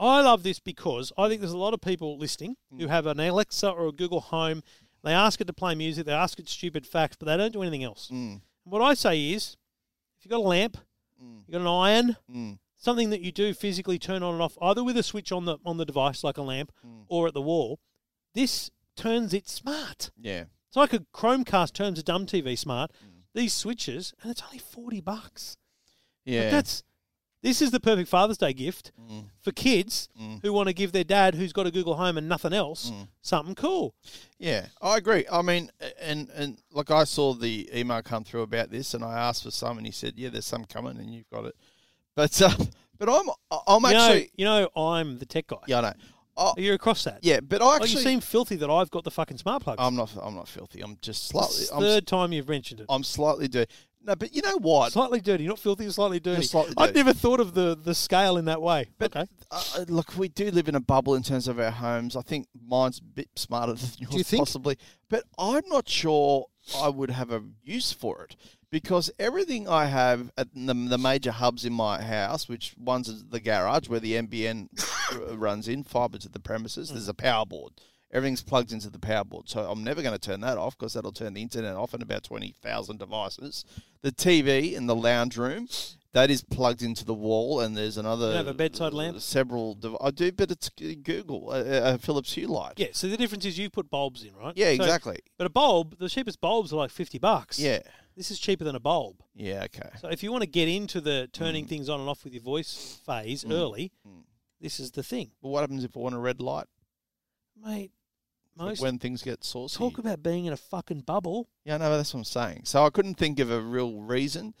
Speaker 5: I love this because I think there's a lot of people listening
Speaker 2: Mm.
Speaker 5: who have an Alexa or a Google Home. They ask it to play music. They ask it stupid facts, but they don't do anything else.
Speaker 2: Mm,
Speaker 5: What I say is, if you've got a lamp,
Speaker 2: Mm.
Speaker 5: you've got an iron,
Speaker 2: mm.
Speaker 5: something that you do physically turn on and off, either with a switch on the on the device like a lamp
Speaker 2: Mm.
Speaker 5: or at the wall, this turns it smart.
Speaker 2: Yeah.
Speaker 5: It's like a Chromecast turns a dumb TV smart.
Speaker 2: Mm.
Speaker 5: These switches, and it's only forty bucks.
Speaker 2: Yeah. Mm.
Speaker 5: But that's this is the perfect Father's Day gift for kids who want to give their dad, who's got a Google Home and nothing else,
Speaker 2: Mm.
Speaker 5: something cool.
Speaker 2: Yeah, I agree. I mean, a- and and like I saw the email come through about this, and I asked for some, and he said, "Yeah, there's some coming, and you've got it." But uh, but I'm I'm
Speaker 5: You know-
Speaker 2: actually
Speaker 5: you know, I'm the tech guy.
Speaker 2: yeah, I know. Oh,
Speaker 5: You're across that.
Speaker 2: yeah, but I
Speaker 5: Like,
Speaker 2: actually
Speaker 5: you seem filthy that I've got the fucking smart plug.
Speaker 2: I'm not I'm not filthy. I'm just slightly
Speaker 5: It's the
Speaker 2: I'm,
Speaker 5: third time you've mentioned it.
Speaker 2: I'm slightly dirty. No, but you know what?
Speaker 5: slightly dirty, not filthy, slightly dirty.
Speaker 2: slightly
Speaker 5: I'd
Speaker 2: dirty.
Speaker 5: never thought of the, the scale in that way.
Speaker 2: But
Speaker 5: okay.
Speaker 2: uh, uh, look, we do live in a bubble in terms of our homes. I think mine's a bit smarter than yours,
Speaker 5: you think?
Speaker 2: possibly. But I'm not sure I would have a use for it because everything I have at the, the major hubs in my house, which one's is the garage where the NBN r- runs in, fibre to the premises. There's a power board. Everything's plugged into the power board, so I'm never going to turn that off because that'll turn the internet off in about twenty thousand devices. The TV in the lounge room, that is plugged into the wall, and there's another
Speaker 5: You have a bedside lamp?
Speaker 2: Several. Dev- I do, but it's G- Google, a, a Philips Hue light.
Speaker 5: Yeah, so the difference is you put bulbs in, right?
Speaker 2: Yeah,
Speaker 5: So-
Speaker 2: exactly.
Speaker 5: But a bulb, the cheapest bulbs are like 50 bucks.
Speaker 2: Yeah.
Speaker 5: This is cheaper than a bulb.
Speaker 2: Yeah. Okay.
Speaker 5: So if you want to get into the
Speaker 2: Mm.
Speaker 5: turning things on and off with your voice phase early, this is the thing,
Speaker 2: But what happens if I want a red light
Speaker 5: mate. Most
Speaker 2: when things get saucy?
Speaker 5: talk about being in a fucking bubble.
Speaker 2: Yeah, no, that's what I'm saying. So I couldn't think of a real reason.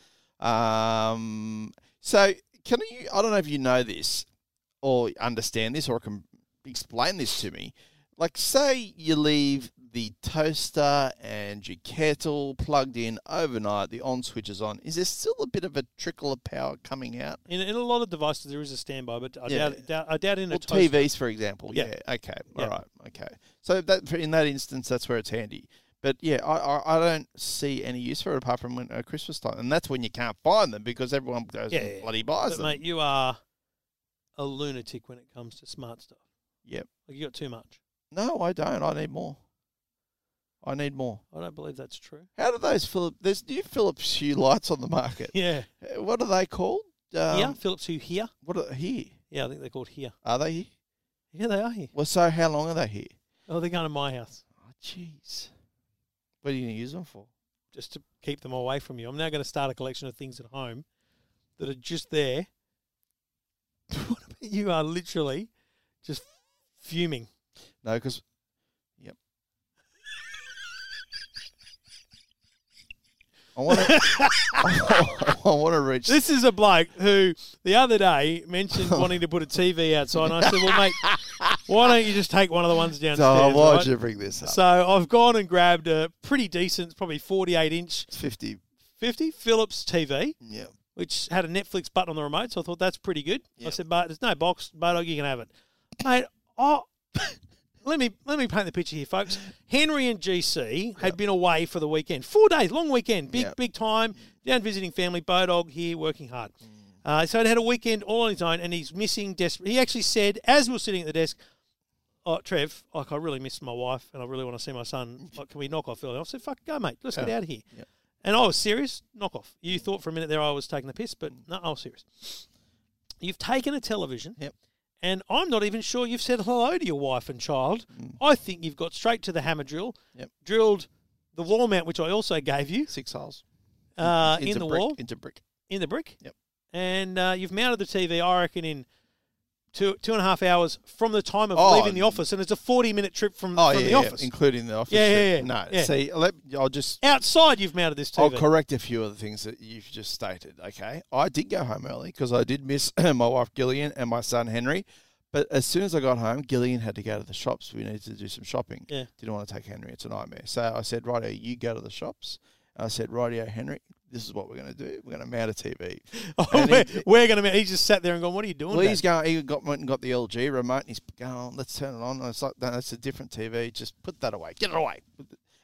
Speaker 2: Um, so can you? I don't know if you know this or understand this or can explain this to me. Like, say you leave the toaster and your kettle plugged in overnight, the on switch is on. Is there still a bit of a trickle of power coming out?
Speaker 5: In, in a lot of devices, there is a standby, but I
Speaker 2: Yeah.
Speaker 5: doubt, doubt I doubt in
Speaker 2: Well,
Speaker 5: a toaster.
Speaker 2: TVs, for example. Yeah.
Speaker 5: Yeah.
Speaker 2: Okay.
Speaker 5: Yeah.
Speaker 2: All right. Okay. So that in that instance, that's where it's handy. But yeah, I, I, I don't see any use for it apart from when, at Christmas time, and that's when you can't find them because everyone goes
Speaker 5: Yeah,
Speaker 2: and
Speaker 5: yeah,
Speaker 2: bloody buys
Speaker 5: But
Speaker 2: them.
Speaker 5: mate, you are a lunatic when it comes to smart stuff.
Speaker 2: Yep.
Speaker 5: Like you got too much.
Speaker 2: No, I don't. I need more. I need more.
Speaker 5: I don't believe that's true.
Speaker 2: How do those Philip? There's new Philips Hue lights on the market.
Speaker 5: Yeah,
Speaker 2: Uh, What are they called? Um,
Speaker 5: here, Philips who here?
Speaker 2: What are here?
Speaker 5: Yeah, I think they're called here.
Speaker 2: Are they here?
Speaker 5: Yeah, they are here.
Speaker 2: Well, so how long are they here?
Speaker 5: Oh, they're going to my house
Speaker 2: Oh, jeez. What are you going to use them for?
Speaker 5: just to keep them away from you. I'm now going to start a collection of things at home that are just there. What about you are literally just fuming.
Speaker 2: No, because yep. I want to. I want to reach.
Speaker 5: This is a bloke who the other day mentioned
Speaker 2: Oh.
Speaker 5: wanting to put a TV outside, and I said, "Well, mate, why don't you just take one of the ones downstairs?"
Speaker 2: so I want
Speaker 5: right?
Speaker 2: Oh, you to bring this up.
Speaker 5: So I've gone and grabbed a pretty decent, probably 48 inch,
Speaker 2: it's fifty.
Speaker 5: 50 Philips TV,
Speaker 2: Yeah.
Speaker 5: which had a Netflix button on the remote. So I thought that's pretty good. I
Speaker 2: Yeah.
Speaker 5: said, "But there's no box, Bardog, you can have it, mate." Oh, let me let me paint the picture here, folks. Henry and GC had been away for the weekend, four days, long weekend, big
Speaker 2: Yep.
Speaker 5: big time down visiting family. Bodog here working hard. Uh, so he had a weekend all on his own, and he's missing. Desperate. He actually said, as we are sitting at the desk, oh, Trev, like I really miss my wife and I really want to see my son. Like, can we knock off early? I said, fuck, go, mate. Let's get out of here. And I was serious. Knock off. You thought for a minute there I was taking the piss, but no, I was serious. You've taken a television,
Speaker 2: Yep.
Speaker 5: and I'm not even sure you've said hello to your wife and child. I think you've got straight to the hammer drill,
Speaker 2: Mm. Yep.
Speaker 5: drilled the wall mount, which I also gave you
Speaker 2: Six holes.
Speaker 5: uh, in
Speaker 2: Into
Speaker 5: the
Speaker 2: brick,
Speaker 5: wall,
Speaker 2: Into brick.
Speaker 5: in the brick.
Speaker 2: Yep.
Speaker 5: And uh, you've mounted the TV, I reckon, in two two and a half hours from the time of
Speaker 2: Oh,
Speaker 5: leaving the office, and it's a forty minute trip from,
Speaker 2: Oh
Speaker 5: from
Speaker 2: yeah,
Speaker 5: the
Speaker 2: yeah,
Speaker 5: office.
Speaker 2: including the office.
Speaker 5: Yeah, yeah,
Speaker 2: trip.
Speaker 5: yeah.
Speaker 2: No,
Speaker 5: Yeah.
Speaker 2: see, let, I'll just
Speaker 5: Outside, you've mounted this TV.
Speaker 2: I'll Oh, correct a few of the things that you've just stated. Okay, I did go home early because I did miss my wife Gillian and my son Henry. But as soon as I got home, Gillian had to go to the shops. We needed to do some shopping.
Speaker 5: Yeah.
Speaker 2: Didn't want to take Henry. It's a nightmare. So I said, "Righto, you go to the shops." I said, "Righto, Henry, this is what we're going to do. We're going to mount a TV."
Speaker 5: Oh,
Speaker 2: And
Speaker 5: we're,
Speaker 2: he-
Speaker 5: we're going to. He just sat there and gone, "What are you doing?"
Speaker 2: Well,
Speaker 5: Dad?"
Speaker 2: he's going. He got went and got the LG remote, and he's going, "Oh, "Let's turn it on." And it's like, "No, that's a different TV. Just put that away. Get it away."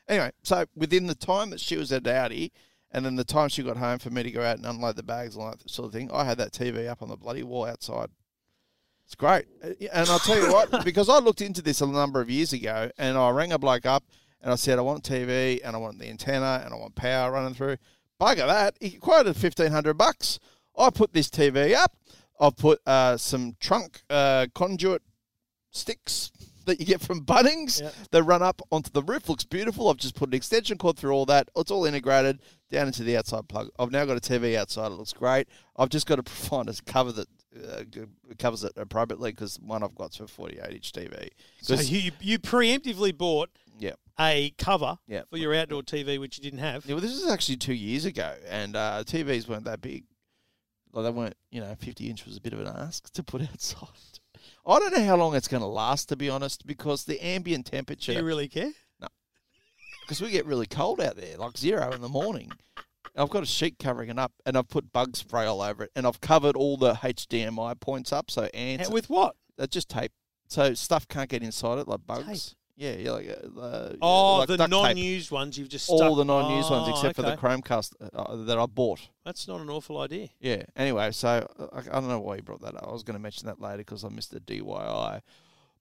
Speaker 2: Anyway, so within the time that she was at Audi, and then the time she got home for me to go out and unload the bags and all that sort of thing, I had that TV up on the bloody wall outside. It's great, Uh, yeah, and I'll tell you what, because I looked into this a number of years ago, and I rang a bloke up and I said, "I want TV, and I want the antenna, and I want power running through." Bugger that! He quoted fifteen hundred bucks. I put this TV up. I've put uh, some trunk uh, conduit sticks that you get from Bunnings
Speaker 5: Yep.
Speaker 2: that run up onto the roof. Looks beautiful. I've just put an extension cord through all that. It's all integrated down into the outside plug. I've now got a TV outside. It looks great. I've just got to find a cover that uh, g- covers it appropriately because one I've got's for 48 inch TV.
Speaker 5: So
Speaker 2: 'Cause-
Speaker 5: you you preemptively bought
Speaker 2: yeah.
Speaker 5: a cover
Speaker 2: Yeah.
Speaker 5: for your outdoor TV, which you didn't have.
Speaker 2: Yeah, well, this is actually two years ago, and uh, TVs weren't that big. Like they weren't, you know, fifty inch was a bit of an ask to put outside. I don't know how long it's going to last, to be honest, because the ambient
Speaker 5: Do you
Speaker 2: temperature,
Speaker 5: really care?
Speaker 2: because we get really cold out there, like zero in the morning. I've got a sheet covering it up, and I've put bug spray all over it, and I've covered all the HDMI points up, so ants,
Speaker 5: With what?
Speaker 2: uh, just tape, so stuff can't get inside it, like bugs. Yeah, yeah, like, uh, uh,
Speaker 5: Oh,
Speaker 2: like
Speaker 5: the
Speaker 2: duct tape.
Speaker 5: non-used ones you've just
Speaker 2: all
Speaker 5: stuck-
Speaker 2: the non-used ones
Speaker 5: Oh,
Speaker 2: except for the
Speaker 5: okay.
Speaker 2: Chromecast uh, that I bought.
Speaker 5: That's not an awful idea.
Speaker 2: Yeah. Anyway, so uh, I, I don't know why you brought that up. I was going to mention that later because I missed the DYI.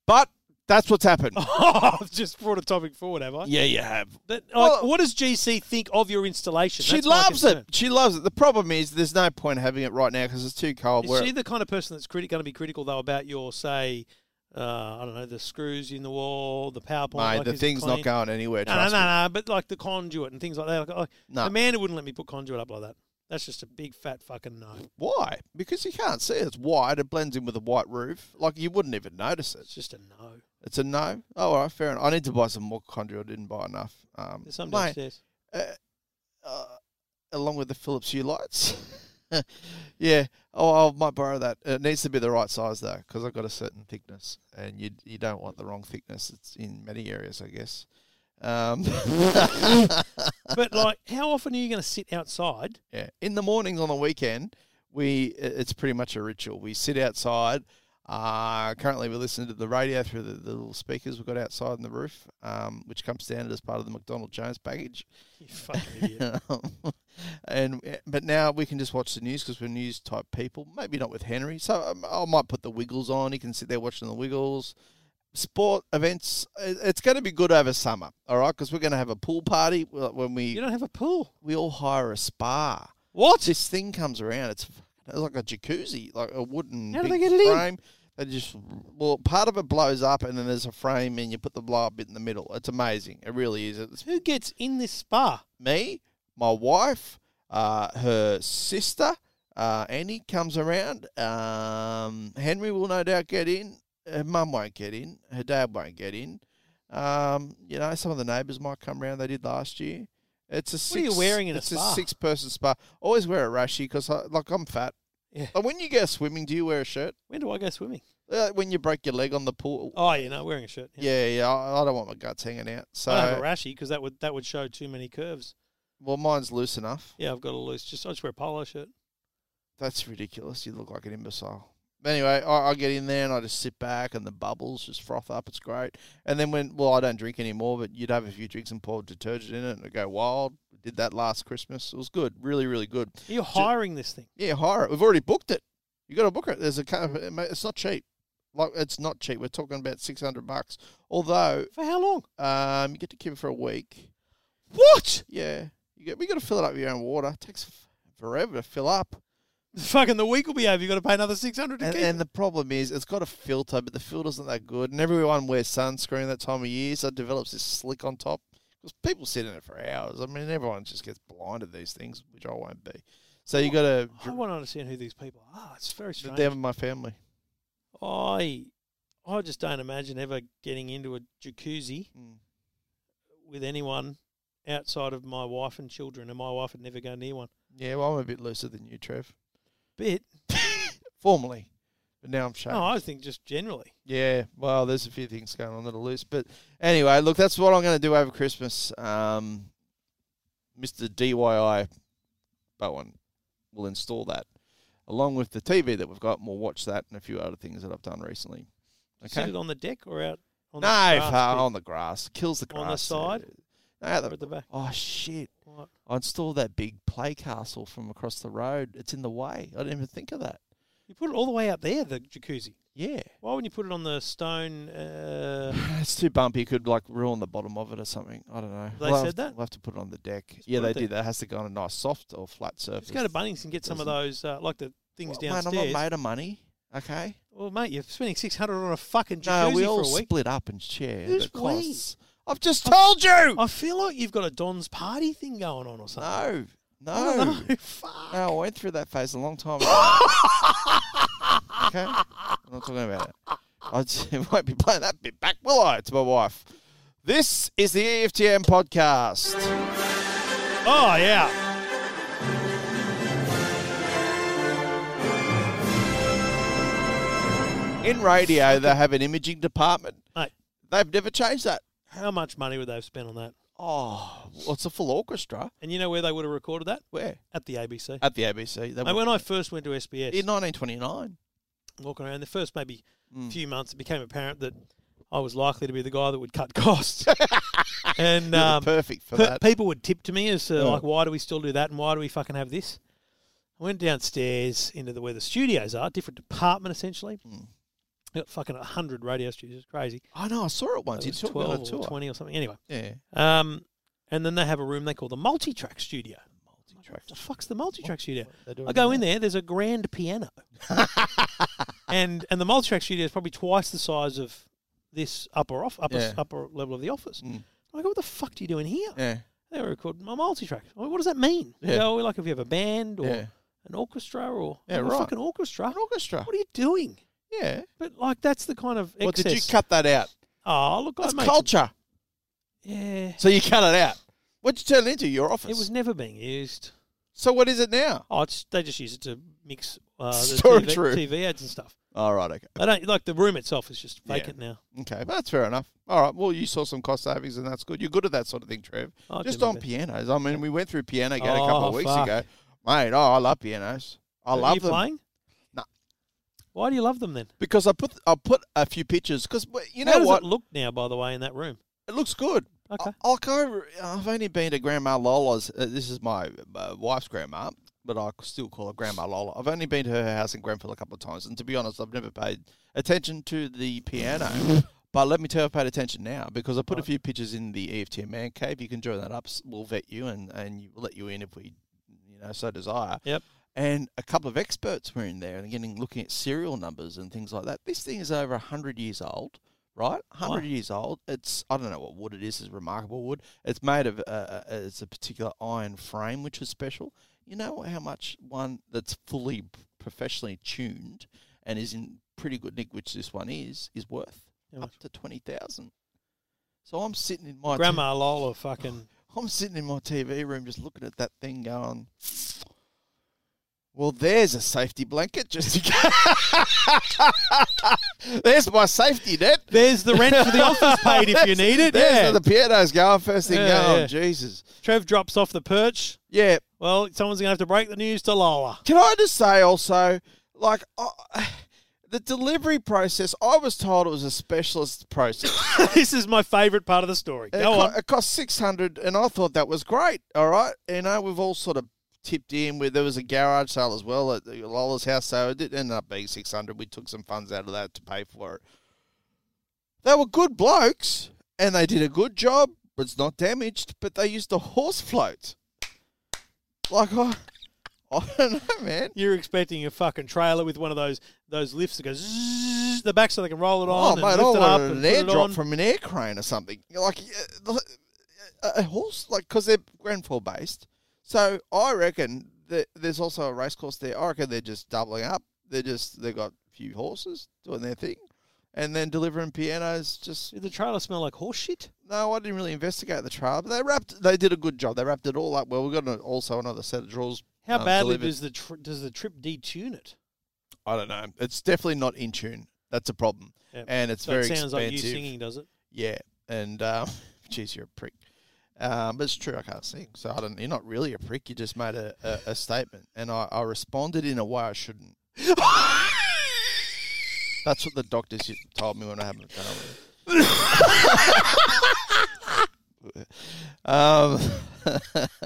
Speaker 2: But that's what's happened.
Speaker 5: I've just brought a topic forward, have I?
Speaker 2: yeah, you have.
Speaker 5: But like,
Speaker 2: Well-
Speaker 5: what does GC think of your installation?
Speaker 2: She
Speaker 5: That's my
Speaker 2: loves
Speaker 5: concern.
Speaker 2: it. She loves it. The problem is there's no point having it right now because it's too cold.
Speaker 5: Is
Speaker 2: We're-
Speaker 5: she the kind of person that's criti- going to be critical though about your say? Uh, I don't know the screws in the wall, the PowerPoint.
Speaker 2: Mate,
Speaker 5: like,
Speaker 2: the
Speaker 5: is it
Speaker 2: thing's not
Speaker 5: clean?
Speaker 2: going anywhere.
Speaker 5: No, no,
Speaker 2: Trust me.
Speaker 5: no, no. But like the conduit and things like that. Like, like,
Speaker 2: No.
Speaker 5: Amanda wouldn't let me put conduit up like that. That's just a big fat fucking no.
Speaker 2: Why? Because you can't see it. It's wide. It blends in with a white roof. Like you wouldn't even notice
Speaker 5: It's
Speaker 2: it.
Speaker 5: just a no.
Speaker 2: It's a no. Oh, all right, fair enough. I need to buy some more conduit. I didn't buy enough. Um,
Speaker 5: There's some
Speaker 2: mate,
Speaker 5: downstairs.
Speaker 2: uh, along with the Philips Hue lights. yeah. Oh, I might borrow that. It needs to be the right size though, because I've got a certain thickness, and you you don't want the wrong thickness. It's in many areas, I guess. Um,
Speaker 5: but like, how often are you going to sit outside?
Speaker 2: yeah. In the mornings on the weekend, we i- it's pretty much a ritual. We sit outside. Uh, currently, we listen to the radio through the, the little speakers we've got outside on the roof, um, which comes standard as part of the McDonald Jones package.
Speaker 5: You fucking idiot.
Speaker 2: and eh, but now we can just watch the news because we're news type people. Maybe not with Henry, so um, I might put the Wiggles on. He can sit there watching the Wiggles. Sport events. i- It's going to be good over summer, all right? Because we're going to have a pool party uh, when
Speaker 5: you
Speaker 2: we
Speaker 5: don't have a pool.
Speaker 2: we all hire a spa.
Speaker 5: What?
Speaker 2: This thing comes around. It's, it's like a jacuzzi, like a wooden
Speaker 5: How do
Speaker 2: big
Speaker 5: they get it in?
Speaker 2: frame. They just well, part of it blows up, and then there's a frame, and you put the blow up bit in the middle. It's amazing. It really is. It's
Speaker 5: Who gets in this spa?
Speaker 2: me, my wife, uh, her sister, uh, Annie comes around. Um, Henry will no doubt get in. Her mum won't get in. Her dad won't get in. Um, you know, some of the neighbours might come round. They did last year. It's a six,
Speaker 5: What are you wearing in a
Speaker 2: It's
Speaker 5: spa?
Speaker 2: a six person spa. Always wear a rashi because like I'm fat.
Speaker 5: Yeah.
Speaker 2: Like, when you go swimming, do you wear a shirt?
Speaker 5: When do I go swimming?
Speaker 2: Uh, when you break your leg on the pool.
Speaker 5: Oh, yeah, no, wearing a shirt.
Speaker 2: Yeah,
Speaker 5: Yeah.
Speaker 2: yeah. I, I don't want my guts hanging out. So,
Speaker 5: I don't have a rashy because that would that would show too many curves.
Speaker 2: well, mine's loose enough.
Speaker 5: Yeah, I've got a loose. Just I just wear a polo shirt.
Speaker 2: That's ridiculous. You look like an imbecile. But anyway, I, I get in there and I just sit back and the bubbles just froth up. It's great. And then when, well, I don't drink anymore, but you'd have a few drinks and pour detergent in it and it'd go wild. Did that last Christmas. It was good. Really, really good.
Speaker 5: Are you hiring this thing?
Speaker 2: Yeah, hire it. We've already booked it. You got to book it. There's a kind of, mate, it's not cheap. Like it's not cheap. We're talking about six hundred bucks. Although,
Speaker 5: For how long?
Speaker 2: um, you get to keep it for a week.
Speaker 5: What?
Speaker 2: Yeah, you get. We got to fill it up with your own water. It takes f- forever to fill up.
Speaker 5: Fucking the week will be over. You've got to pay another 600 to
Speaker 2: And,
Speaker 5: keep
Speaker 2: and
Speaker 5: it.
Speaker 2: the problem is, it's got a filter, but the filter's not that good. And everyone wears sunscreen that time of year, so it develops this slick on top. Because people sit in it for hours. I mean, everyone just gets blinded these things, which I won't be. So you got to.
Speaker 5: I want to understand who these people are. It's very strange.
Speaker 2: They're my family.
Speaker 5: I, I just don't imagine ever getting into a jacuzzi
Speaker 2: Mm.
Speaker 5: with anyone outside of my wife and children, and my wife would never go near one.
Speaker 2: Yeah, well, I'm a bit looser than you, Trev.
Speaker 5: Bit.
Speaker 2: Formally, but now I'm shaved.
Speaker 5: No, I think just generally.
Speaker 2: Yeah, well, there's a few things going on that are loose, but anyway, look, that's what I'm going to do over Christmas. Um, Mr. DIY Bowen will install that, along with the TV that we've got, and we'll watch that and a few other things that I've done recently.
Speaker 5: Set
Speaker 2: Okay.
Speaker 5: it on the deck or out on
Speaker 2: no,
Speaker 5: the grass
Speaker 2: far
Speaker 5: bit?
Speaker 2: on the grass kills the grass
Speaker 5: On the side?
Speaker 2: No, at
Speaker 5: Or at the back?
Speaker 2: Oh shit!
Speaker 5: What?
Speaker 2: I installed that big play castle from across the road. It's in the way. I didn't even think of that.
Speaker 5: You put it all the way out there, the jacuzzi.
Speaker 2: Yeah.
Speaker 5: Why wouldn't you put it on the stone? Uh,
Speaker 2: It's too bumpy. It could like ruin the bottom of it or something. I don't know.
Speaker 5: They
Speaker 2: We'll have
Speaker 5: said
Speaker 2: to-
Speaker 5: that?
Speaker 2: We'll have to put it on the deck.
Speaker 5: Just
Speaker 2: yeah,
Speaker 5: put
Speaker 2: they
Speaker 5: it
Speaker 2: did. That has to go on a nice soft or flat surface.
Speaker 5: just go to Bunnings and get some of those, uh, like the things
Speaker 2: Well,
Speaker 5: downstairs.
Speaker 2: Mate, I'm not made of money. Okay.
Speaker 5: Well, mate, you're spending six hundred on a fucking
Speaker 2: No,
Speaker 5: jacuzzi
Speaker 2: we all
Speaker 5: for a week.
Speaker 2: split up and share
Speaker 5: Who's
Speaker 2: the
Speaker 5: we?
Speaker 2: costs. I've just told you.
Speaker 5: I feel like you've got a Don's party thing going on or something.
Speaker 2: no, no,
Speaker 5: I don't know. Fuck.
Speaker 2: no. I went through that phase a long time ago. okay, I'm not talking about it. I just, won't be playing that bit back, will I? To my wife. This is the E EFTM podcast.
Speaker 5: Oh yeah.
Speaker 2: In radio, they have an imaging department.
Speaker 5: Mate,
Speaker 2: They've never changed that.
Speaker 5: how much money would they have spent on that?
Speaker 2: Oh, well, it's a full orchestra.
Speaker 5: And you know where they would have recorded that?
Speaker 2: Where?
Speaker 5: At the ABC.
Speaker 2: At the ABC. They
Speaker 5: Mate,
Speaker 2: were-
Speaker 5: when I first went to SBS,
Speaker 2: in 1929.
Speaker 5: walking around the first maybe
Speaker 2: Hmm.
Speaker 5: few months, it became apparent that I was likely to be the guy that would cut costs. and
Speaker 2: You're the
Speaker 5: um,
Speaker 2: perfect for
Speaker 5: pe-
Speaker 2: that.
Speaker 5: people would tip to me as to
Speaker 2: Yeah.
Speaker 5: like, why do we still do that and why do we fucking have this? I went downstairs into the where the studios are, different department essentially.
Speaker 2: Hmm.
Speaker 5: Got fucking hundred radio studios, crazy.
Speaker 2: I know. I saw it once. You
Speaker 5: It was
Speaker 2: took me on a
Speaker 5: twelve
Speaker 2: tour.
Speaker 5: or twenty or something. Anyway,
Speaker 2: Yeah.
Speaker 5: um, and then they have a room they call the multi-track studio.
Speaker 2: Multi-track.
Speaker 5: What the fuck's the multi-track studio?
Speaker 2: they doing
Speaker 5: I go
Speaker 2: in
Speaker 5: in there. There's a grand piano, and and the multi-track studio is probably twice the size of this upper off upper
Speaker 2: Yeah. Mm.
Speaker 5: upper level of the office. I go, what the fuck do you doing here?
Speaker 2: Yeah.
Speaker 5: They were recording my multi-track. I mean, what does that mean?
Speaker 2: Yeah.
Speaker 5: You know, like if you have a band or
Speaker 2: Yeah.
Speaker 5: an orchestra or
Speaker 2: Yeah,
Speaker 5: a
Speaker 2: right.
Speaker 5: fucking orchestra.
Speaker 2: An orchestra.
Speaker 5: What are you doing?
Speaker 2: Yeah.
Speaker 5: But like that's the kind of excess.
Speaker 2: Well, did you cut that out?
Speaker 5: Oh, look,
Speaker 2: That's
Speaker 5: I made some-
Speaker 2: culture.
Speaker 5: yeah,
Speaker 2: So you cut it out. What'd you turn it into? Your office.
Speaker 5: it was never being used.
Speaker 2: so what is it now?
Speaker 5: Oh, it's, they just use it to mix uh, the
Speaker 2: Storage
Speaker 5: TV,
Speaker 2: room.
Speaker 5: TV ads and stuff.
Speaker 2: All right. Okay.
Speaker 5: They don't like the room itself is just
Speaker 2: Yeah.
Speaker 5: vacant now.
Speaker 2: Okay, but that's fair enough. All right. Well, you saw some cost savings, and that's good. You're good at that sort of thing, Trev.
Speaker 5: I
Speaker 2: Just
Speaker 5: do my
Speaker 2: on
Speaker 5: best.
Speaker 2: pianos. I mean, we went through piano gate a couple
Speaker 5: Oh,
Speaker 2: of weeks
Speaker 5: fuck.
Speaker 2: ago, mate. Oh, I love pianos. I
Speaker 5: Are
Speaker 2: love
Speaker 5: you
Speaker 2: them
Speaker 5: playing?
Speaker 2: No.
Speaker 5: Why do you love them then?
Speaker 2: because I put I put a few pictures because you
Speaker 5: How
Speaker 2: know
Speaker 5: does
Speaker 2: what
Speaker 5: it look now? By the way, in that room,
Speaker 2: It looks good.
Speaker 5: Okay.
Speaker 2: I, like I, re- I've only been to Grandma Lola's. Uh, this is my uh, wife's grandma, but I still call her Grandma Lola. I've only been to her house in Grenfell a couple of times, and to be honest, I've never paid attention to the piano. but let me tell you, I've paid attention now because I put a few pictures in the EFTM man cave. You can join that up. S- We'll vet you and and you, let you in if we, you know, so desire.
Speaker 5: Yep.
Speaker 2: And a couple of experts were in there and getting looking at serial numbers and things like that. This thing is over hundred years old, right? Hundred years old. It's I don't know what wood it is. It's remarkable wood. It's made of uh, uh, it's a particular iron frame which is special. You know how much one that's fully professionally tuned and is in pretty good nick, which this one is, is worth
Speaker 5: How
Speaker 2: up to twenty thousand. So I'm sitting in my
Speaker 5: Grandma Lola fucking
Speaker 2: I'm sitting in my TV room just looking at that thing going, well, there's a safety blanket just in case. there's my safety net.
Speaker 5: There's the rent for the office paid if you need it.
Speaker 2: There's
Speaker 5: Yeah.
Speaker 2: where the pianos going first thing
Speaker 5: Yeah,
Speaker 2: going.
Speaker 5: yeah.
Speaker 2: Jesus.
Speaker 5: Trev drops off the perch.
Speaker 2: Yeah.
Speaker 5: Well, someone's going to have to break the news to Lola.
Speaker 2: Can I just say also, like, I the delivery process, I was told it was a specialist process.
Speaker 5: this is my favourite part of the story.
Speaker 2: It,
Speaker 5: Go
Speaker 2: co-
Speaker 5: on.
Speaker 2: it cost six hundred, and I thought that was great. All right, you know we've all sort of tipped in. Where there was a garage sale as well at the Lola's house, so it did end up being six hundred. We took some funds out of that to pay for it. They were good blokes, and they did a good job. It's not damaged, but they used a horse float. Like I, I don't know, man.
Speaker 5: You're expecting a fucking trailer with one of those those lifts that goes zzz, the back so they can roll it
Speaker 2: Oh,
Speaker 5: on.
Speaker 2: mate,
Speaker 5: and
Speaker 2: I
Speaker 5: lift it up
Speaker 2: wanted
Speaker 5: and
Speaker 2: an
Speaker 5: put it on.
Speaker 2: airdrop from an air crane or something. You're Like yeah, the- a a horse, like because they're Grenfell based. So I reckon that there's also a race course there. I reckon they're just doubling up. They're just they got a few horses doing their thing, and then delivering pianos. Just
Speaker 5: Did the trailer smell like horse shit?
Speaker 2: no, I didn't really investigate the trial, but they wrapped. They did a good job. They wrapped it all up well. We got an, also another set of drawers.
Speaker 5: How
Speaker 2: um,
Speaker 5: badly
Speaker 2: delivered.
Speaker 5: does the tr- does the trip detune it?
Speaker 2: I don't know. It's definitely not in tune. That's a problem,
Speaker 5: Yeah.
Speaker 2: and it's
Speaker 5: So
Speaker 2: very
Speaker 5: it sounds like you
Speaker 2: expensive.
Speaker 5: singing, does it?
Speaker 2: Yeah, and um, geez, you're a prick. Um, but it's true, I can't sing, so I don't. You're not really a prick. You just made a, a, a statement, and I, I responded in a way I shouldn't. That's what the doctors told me when I had my family. um,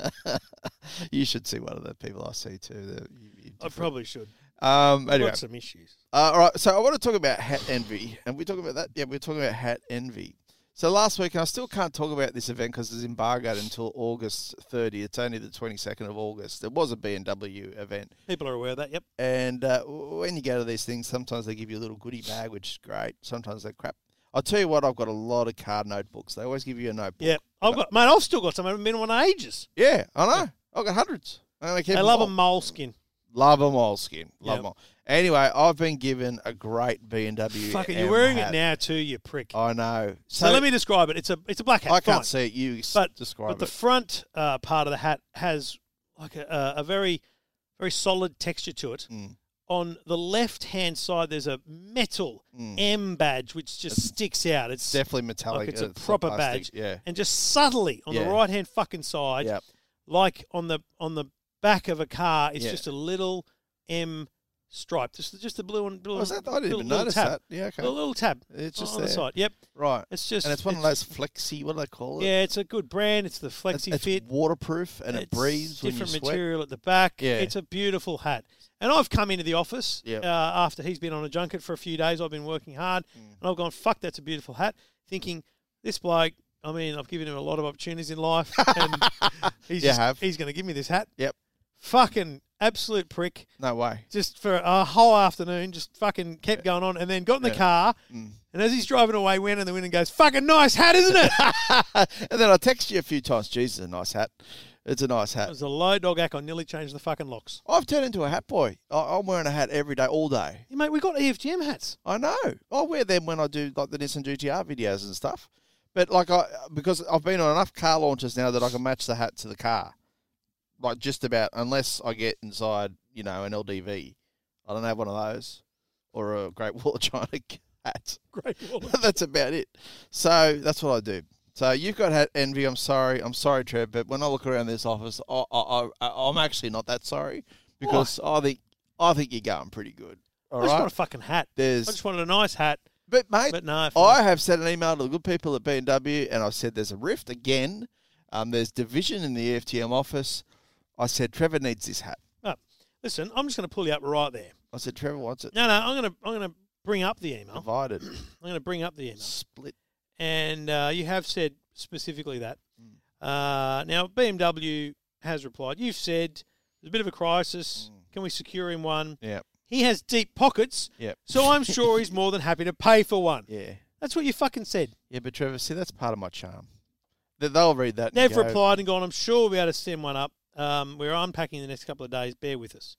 Speaker 2: you should see one of the people I see too. That you, you
Speaker 5: I probably should.
Speaker 2: um, anyway,
Speaker 5: Got some issues.
Speaker 2: uh, all right, so I want to talk about hat envy, and we talk about that. Yeah, we're talking about hat envy. So last week, and I still can't talk about this event because it's embargoed until August 30. It's only the 22nd of August. It was a BMW event,
Speaker 5: People are aware of that. Yep.
Speaker 2: and uh, w- when you go to these things, sometimes they give you a little goodie bag, which is great. Sometimes they're crap. I'll tell you what, I've got a lot of card notebooks. They always give you a notebook.
Speaker 5: Yeah. I've got, mate. I've still got some. I haven't been in one in ages.
Speaker 2: Yeah, I know. I've got hundreds. And I keep
Speaker 5: They love
Speaker 2: all.
Speaker 5: a moleskin.
Speaker 2: Love them all, skin. Love
Speaker 5: Yep.
Speaker 2: them all. Anyway, I've been given a great BMW.
Speaker 5: Fuck it. You're
Speaker 2: M
Speaker 5: wearing
Speaker 2: hat.
Speaker 5: it now too, you prick.
Speaker 2: I know.
Speaker 5: So, let me describe it. It's a it's a black hat.
Speaker 2: I
Speaker 5: fine.
Speaker 2: can't see it. You s-
Speaker 5: but,
Speaker 2: describe
Speaker 5: but the
Speaker 2: it.
Speaker 5: front uh, part of the hat has like a, a a very very solid texture to it.
Speaker 2: Mm.
Speaker 5: On the left hand side, there's a metal M badge which just sticks out. It's
Speaker 2: Mm. Definitely metallic.
Speaker 5: like it's a
Speaker 2: not
Speaker 5: proper
Speaker 2: plastic,
Speaker 5: badge.
Speaker 2: Yeah.
Speaker 5: And just subtly on
Speaker 2: Yeah.
Speaker 5: the right hand fucking side,
Speaker 2: Yep.
Speaker 5: like on the on the back of a car, it's
Speaker 2: Yeah.
Speaker 5: just a little M stripe, just just the blue and blue.
Speaker 2: Oh, is that? I didn't
Speaker 5: little-
Speaker 2: even
Speaker 5: little
Speaker 2: notice
Speaker 5: tab.
Speaker 2: that. Yeah, okay.
Speaker 5: A little tab. Oh,
Speaker 2: It's just
Speaker 5: on
Speaker 2: there.
Speaker 5: the side. Yep.
Speaker 2: Right.
Speaker 5: It's just
Speaker 2: and it's one of those flexi, what do they call it?
Speaker 5: Yeah, it's a good brand. It's the
Speaker 2: It's,
Speaker 5: Flexi
Speaker 2: it's
Speaker 5: Fit.
Speaker 2: waterproof and it
Speaker 5: It's
Speaker 2: breathes when you
Speaker 5: different
Speaker 2: sweat.
Speaker 5: material at the back.
Speaker 2: Yeah.
Speaker 5: It's a beautiful hat. And I've come into the office
Speaker 2: Yep.
Speaker 5: uh, after he's been on a junket for a few days. I've been working hard
Speaker 2: Mm.
Speaker 5: and I've gone, fuck, that's a beautiful hat. Thinking, this bloke, I mean, I've given him a lot of opportunities in life and he's,
Speaker 2: You
Speaker 5: just-
Speaker 2: have.
Speaker 5: he's going to give me this hat.
Speaker 2: Yep.
Speaker 5: Fucking absolute prick.
Speaker 2: No way.
Speaker 5: Just for a whole afternoon, just fucking kept going on and then got in the car.
Speaker 2: Mm.
Speaker 5: And as he's driving away, went in the window and goes, fucking nice hat, isn't it?
Speaker 2: and then I text you a few times. Jesus, a nice hat. It's a nice
Speaker 5: It
Speaker 2: hat.
Speaker 5: was a low dog act. I nearly changed the fucking locks.
Speaker 2: I've turned into a hat boy. I, I'm wearing a hat every day, all day.
Speaker 5: Hey, mate, we got E EFGM hats.
Speaker 2: I know. I wear them when I do like the Nissan GTR videos and stuff. But like I because I've been on enough car launches now that I can match the hat to the car. Like just about unless I get inside, you know, an LDV. I don't have one of those or a Great Wall of China hat.
Speaker 5: Great wall.
Speaker 2: that's about it. So that's what I do. So you've got hat envy. I'm sorry. I'm sorry, Trev. But when I look around this office, I, I, I, I'm actually not that sorry because I think I think you're going pretty good. All
Speaker 5: I just
Speaker 2: right?
Speaker 5: want a fucking hat.
Speaker 2: There's-
Speaker 5: I just wanted a nice hat.
Speaker 2: But mate,
Speaker 5: But no,
Speaker 2: I
Speaker 5: fine.
Speaker 2: have sent an email to the good people at B&W and I've said there's a rift again. Um, there's division in the E FTM office. I said Trevor needs this hat.
Speaker 5: Oh, listen, I'm just going to pull you up right there.
Speaker 2: I said Trevor wants it
Speaker 5: No, no, I'm going to I'm going to bring up the email.
Speaker 2: divided,
Speaker 5: I'm going to bring up the email.
Speaker 2: split.
Speaker 5: And uh, you have said specifically that.
Speaker 2: Mm.
Speaker 5: Uh, now BMW has replied. You've said there's a bit of a crisis. Can we secure him one?
Speaker 2: Mm. Yeah,
Speaker 5: He has deep pockets.
Speaker 2: Yep.
Speaker 5: So I'm sure he's more than happy to pay for one.
Speaker 2: yeah,
Speaker 5: That's what you fucking said.
Speaker 2: yeah. But Trevor, see, that's part of my charm. They- They'll read that. and
Speaker 5: They've
Speaker 2: go,
Speaker 5: replied and gone, I'm sure we'll be able to send one up. Um, we're unpacking the next couple of days. Bear with us.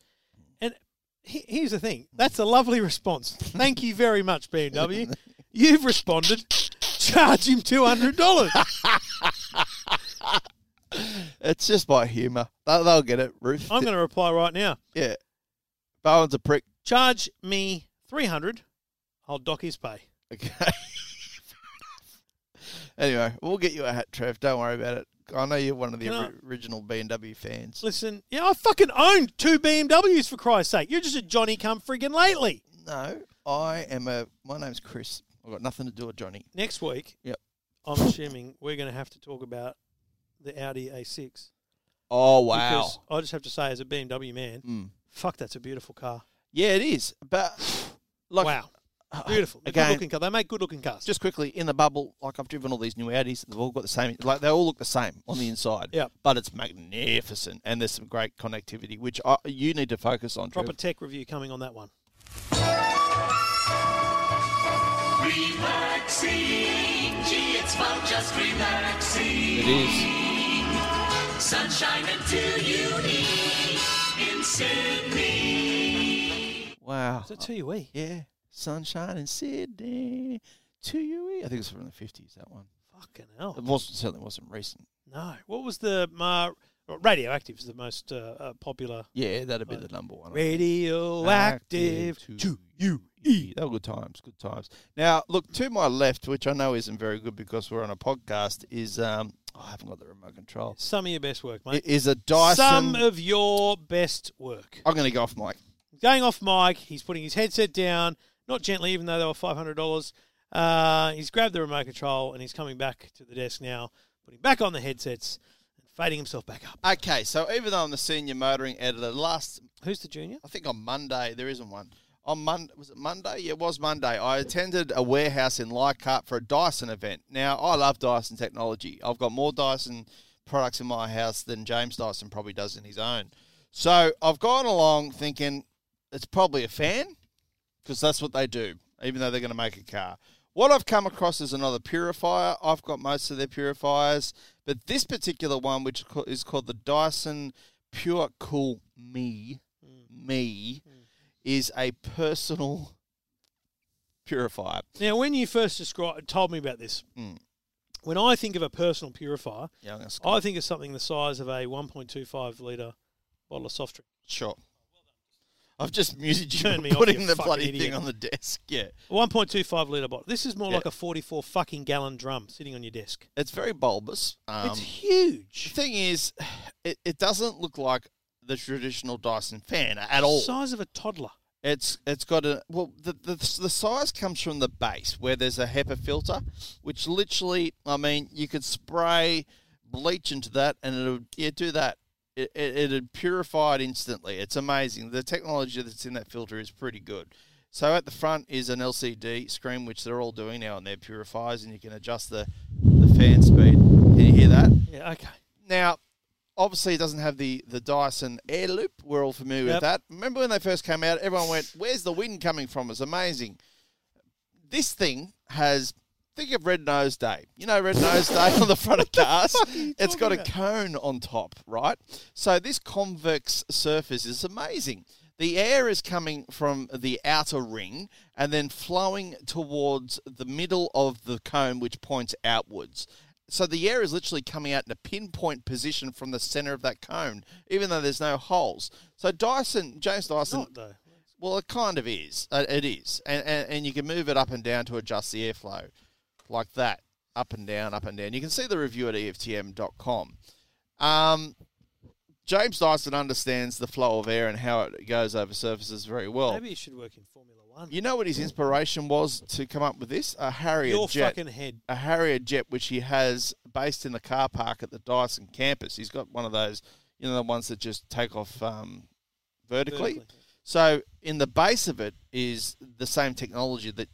Speaker 5: And he- here's the thing that's a lovely response. Thank you very much, BMW. You've responded, charge him $200.
Speaker 2: It's just my humour. They'll, they'll get it, Ruth.
Speaker 5: I'm going to reply right now.
Speaker 2: yeah. Bowen's a prick.
Speaker 5: Charge me 300. I'll dock his pay.
Speaker 2: Okay. anyway, we'll get you a hat, Trev. Don't worry about it. I know you're one of the
Speaker 5: Can I-
Speaker 2: ori- original BMW fans.
Speaker 5: Listen, yeah, I fucking own two BMWs for Christ's sake. You're just a Johnny come friggin' lately.
Speaker 2: No, I am a. My name's Chris. I've got nothing to do with Johnny.
Speaker 5: Next week,
Speaker 2: Yep.
Speaker 5: I'm assuming we're going to have to talk about the Audi A6.
Speaker 2: Oh
Speaker 5: Because I just have to say, as a BMW man,
Speaker 2: Mm.
Speaker 5: fuck, that's a beautiful car.
Speaker 2: Yeah, it is. But like,
Speaker 5: wow. Beautiful.
Speaker 2: uh, again-
Speaker 5: Good looking car. They make good looking cars.
Speaker 2: just quickly in the bubble, like I've driven all these new Audis, they've all got the same. Like they all look the same on the inside.
Speaker 5: Yep.
Speaker 2: But it's magnificent, and there's some great connectivity, which I, you need to focus on.
Speaker 5: Proper
Speaker 2: Trev.
Speaker 5: tech review coming on that one.
Speaker 7: Relaxing. Gee, it's fun just relaxing.
Speaker 2: It is.
Speaker 7: Sunshine until you need in Sydney.
Speaker 2: Wow.
Speaker 5: Is it E? TUE?
Speaker 2: Uh, Yeah. Sunshine in Sydney. To you, I think it's from the fifties. That one.
Speaker 5: Fucking
Speaker 2: It
Speaker 5: hell.
Speaker 2: wasn't certainly wasn't recent.
Speaker 5: No. What was the. Uh, radioactive's the most uh, uh, popular.
Speaker 2: Yeah, that'd be the number one.
Speaker 5: Radioactive.
Speaker 2: to you. They were good times, good times. Now, look to my left, which I know isn't very good because we're on a podcast. Is um, I haven't got the remote control.
Speaker 5: Some of your best work, mate.
Speaker 2: It is a Dyson.
Speaker 5: Some of your best work.
Speaker 2: I'm going to go off mic.
Speaker 5: Going off mic, he's putting his headset down, not gently, even though they were $500. Uh, he's grabbed the remote control and he's coming back to the desk now, putting back on the headsets and fading himself back up.
Speaker 2: Okay, so even though I'm the senior motoring editor, last
Speaker 5: Who's the junior?
Speaker 2: I think on Monday there isn't one. On Monday was it Monday? Yeah, it was Monday. I attended a warehouse in Leichhardt for a Dyson event. Now I love Dyson technology. I've got more Dyson products in my house than James Dyson probably does in his own. So I've gone along thinking it's probably a fan because that's what they do, even though they're going to make a car. What I've come across is another purifier. I've got most of their purifiers, but this particular one, which is ca- is called the Dyson Pure Cool Me, me, is a personal purifier.
Speaker 5: Now, when you first described, told me about this,
Speaker 2: Mm.
Speaker 5: when I think of a personal purifier,
Speaker 2: Yeah, I'm gonna sc-
Speaker 5: I think of something the size of a 1.25 litre bottle of soft drink.
Speaker 2: sure. I've just muted you
Speaker 5: Turn
Speaker 2: for
Speaker 5: me off,
Speaker 2: putting
Speaker 5: you
Speaker 2: the
Speaker 5: fucking
Speaker 2: bloody
Speaker 5: idiot.
Speaker 2: thing on the desk. Yeah.
Speaker 5: 1.25 litre bottle. This is more
Speaker 2: Yeah.
Speaker 5: like a 44 fucking gallon drum sitting on your desk.
Speaker 2: It's very bulbous. Um,
Speaker 5: it's
Speaker 2: the
Speaker 5: huge.
Speaker 2: thing is, it, it doesn't look like the traditional Dyson fan at all.
Speaker 5: Size of a toddler.
Speaker 2: It's it's got a well the, the the size comes from the base where there's a HEPA filter, which literally I mean you could spray bleach into that and it'll yeah do that. It, it it'd purify it instantly. It's amazing. The technology that's in that filter is pretty good. So at the front is an LCD screen, which they're all doing now on their purifiers, and you can adjust the the fan speed. Can you hear that?
Speaker 5: Yeah, okay.
Speaker 2: Now, obviously, it doesn't have the, the Dyson air loop. We're all familiar
Speaker 5: Yep.
Speaker 2: with that. Remember when they first came out, everyone went, Where's the wind coming from? It's amazing. This thing has, think of Red Nose Day. You know, Red Nose Day on the front of cars? It's got a
Speaker 5: talking
Speaker 2: cone on top, right? So, this convex surface is amazing. The air is coming from the outer ring and then flowing towards the middle of the cone, which points outwards. So the air is literally coming out in a pinpoint position from the center of that cone, even though there's no holes. So Dyson, James Dyson,
Speaker 5: Not though.
Speaker 2: well, it kind of is. Uh, It is, and, and and you can move it up and down to adjust the airflow, like that, up and down, up and down. You can see the review at E EFTM.com. Um, James Dyson understands the flow of air and how it goes over surfaces very well.
Speaker 5: Maybe you should work in Formula One.
Speaker 2: You know what his inspiration was to come up with this? A Harrier
Speaker 5: Your
Speaker 2: jet
Speaker 5: fucking head.
Speaker 2: a Harrier jet, which he has based in the car park at the Dyson campus. He's got one of those, you know, the ones that just take off um, vertically.
Speaker 5: Vertically,
Speaker 2: So in the base of it is the same technology that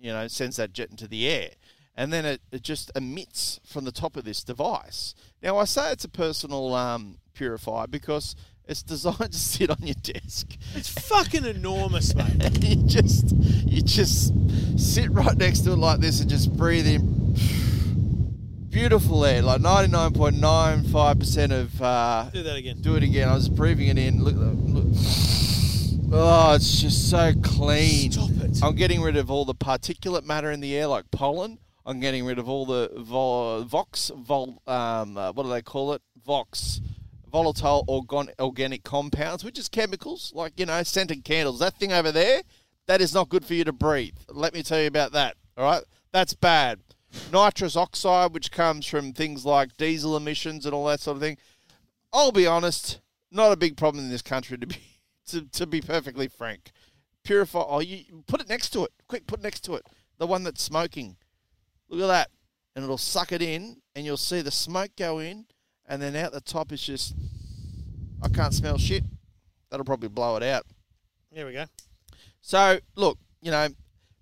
Speaker 2: you know sends that jet into the air, and then it, it just emits from the top of this device. Now I say it's a personal um, purifier because it's designed to sit on your desk
Speaker 5: It's fucking enormous, mate.
Speaker 2: and you just you just sit right next to it like this and just breathe in beautiful air like 99.95% of uh,
Speaker 5: Do that again.
Speaker 2: do it again i was breathing it in look, look oh it's just so clean
Speaker 5: Stop it.
Speaker 2: i'm getting rid of all the particulate matter in the air like pollen i'm getting rid of all the vol- vox vol um, uh, what do they call it Vox, volatile organ- organic compounds, which is chemicals like, you know, scented candles. That thing over there, that is not good for you to breathe. Let me tell you about that. All right. That's bad. Nitrous oxide, which comes from things like diesel emissions and all that sort of thing. I'll be honest, not a big problem in this country to be to, to be perfectly frank. Purify oh you put it next to it. Quick, put it next to it. The one that's smoking. Look at that. And it'll suck it in and you'll see the smoke go in and then out the top is just I can't smell shit. That'll probably blow it out.
Speaker 5: There we go.
Speaker 2: Uh, So look, you know,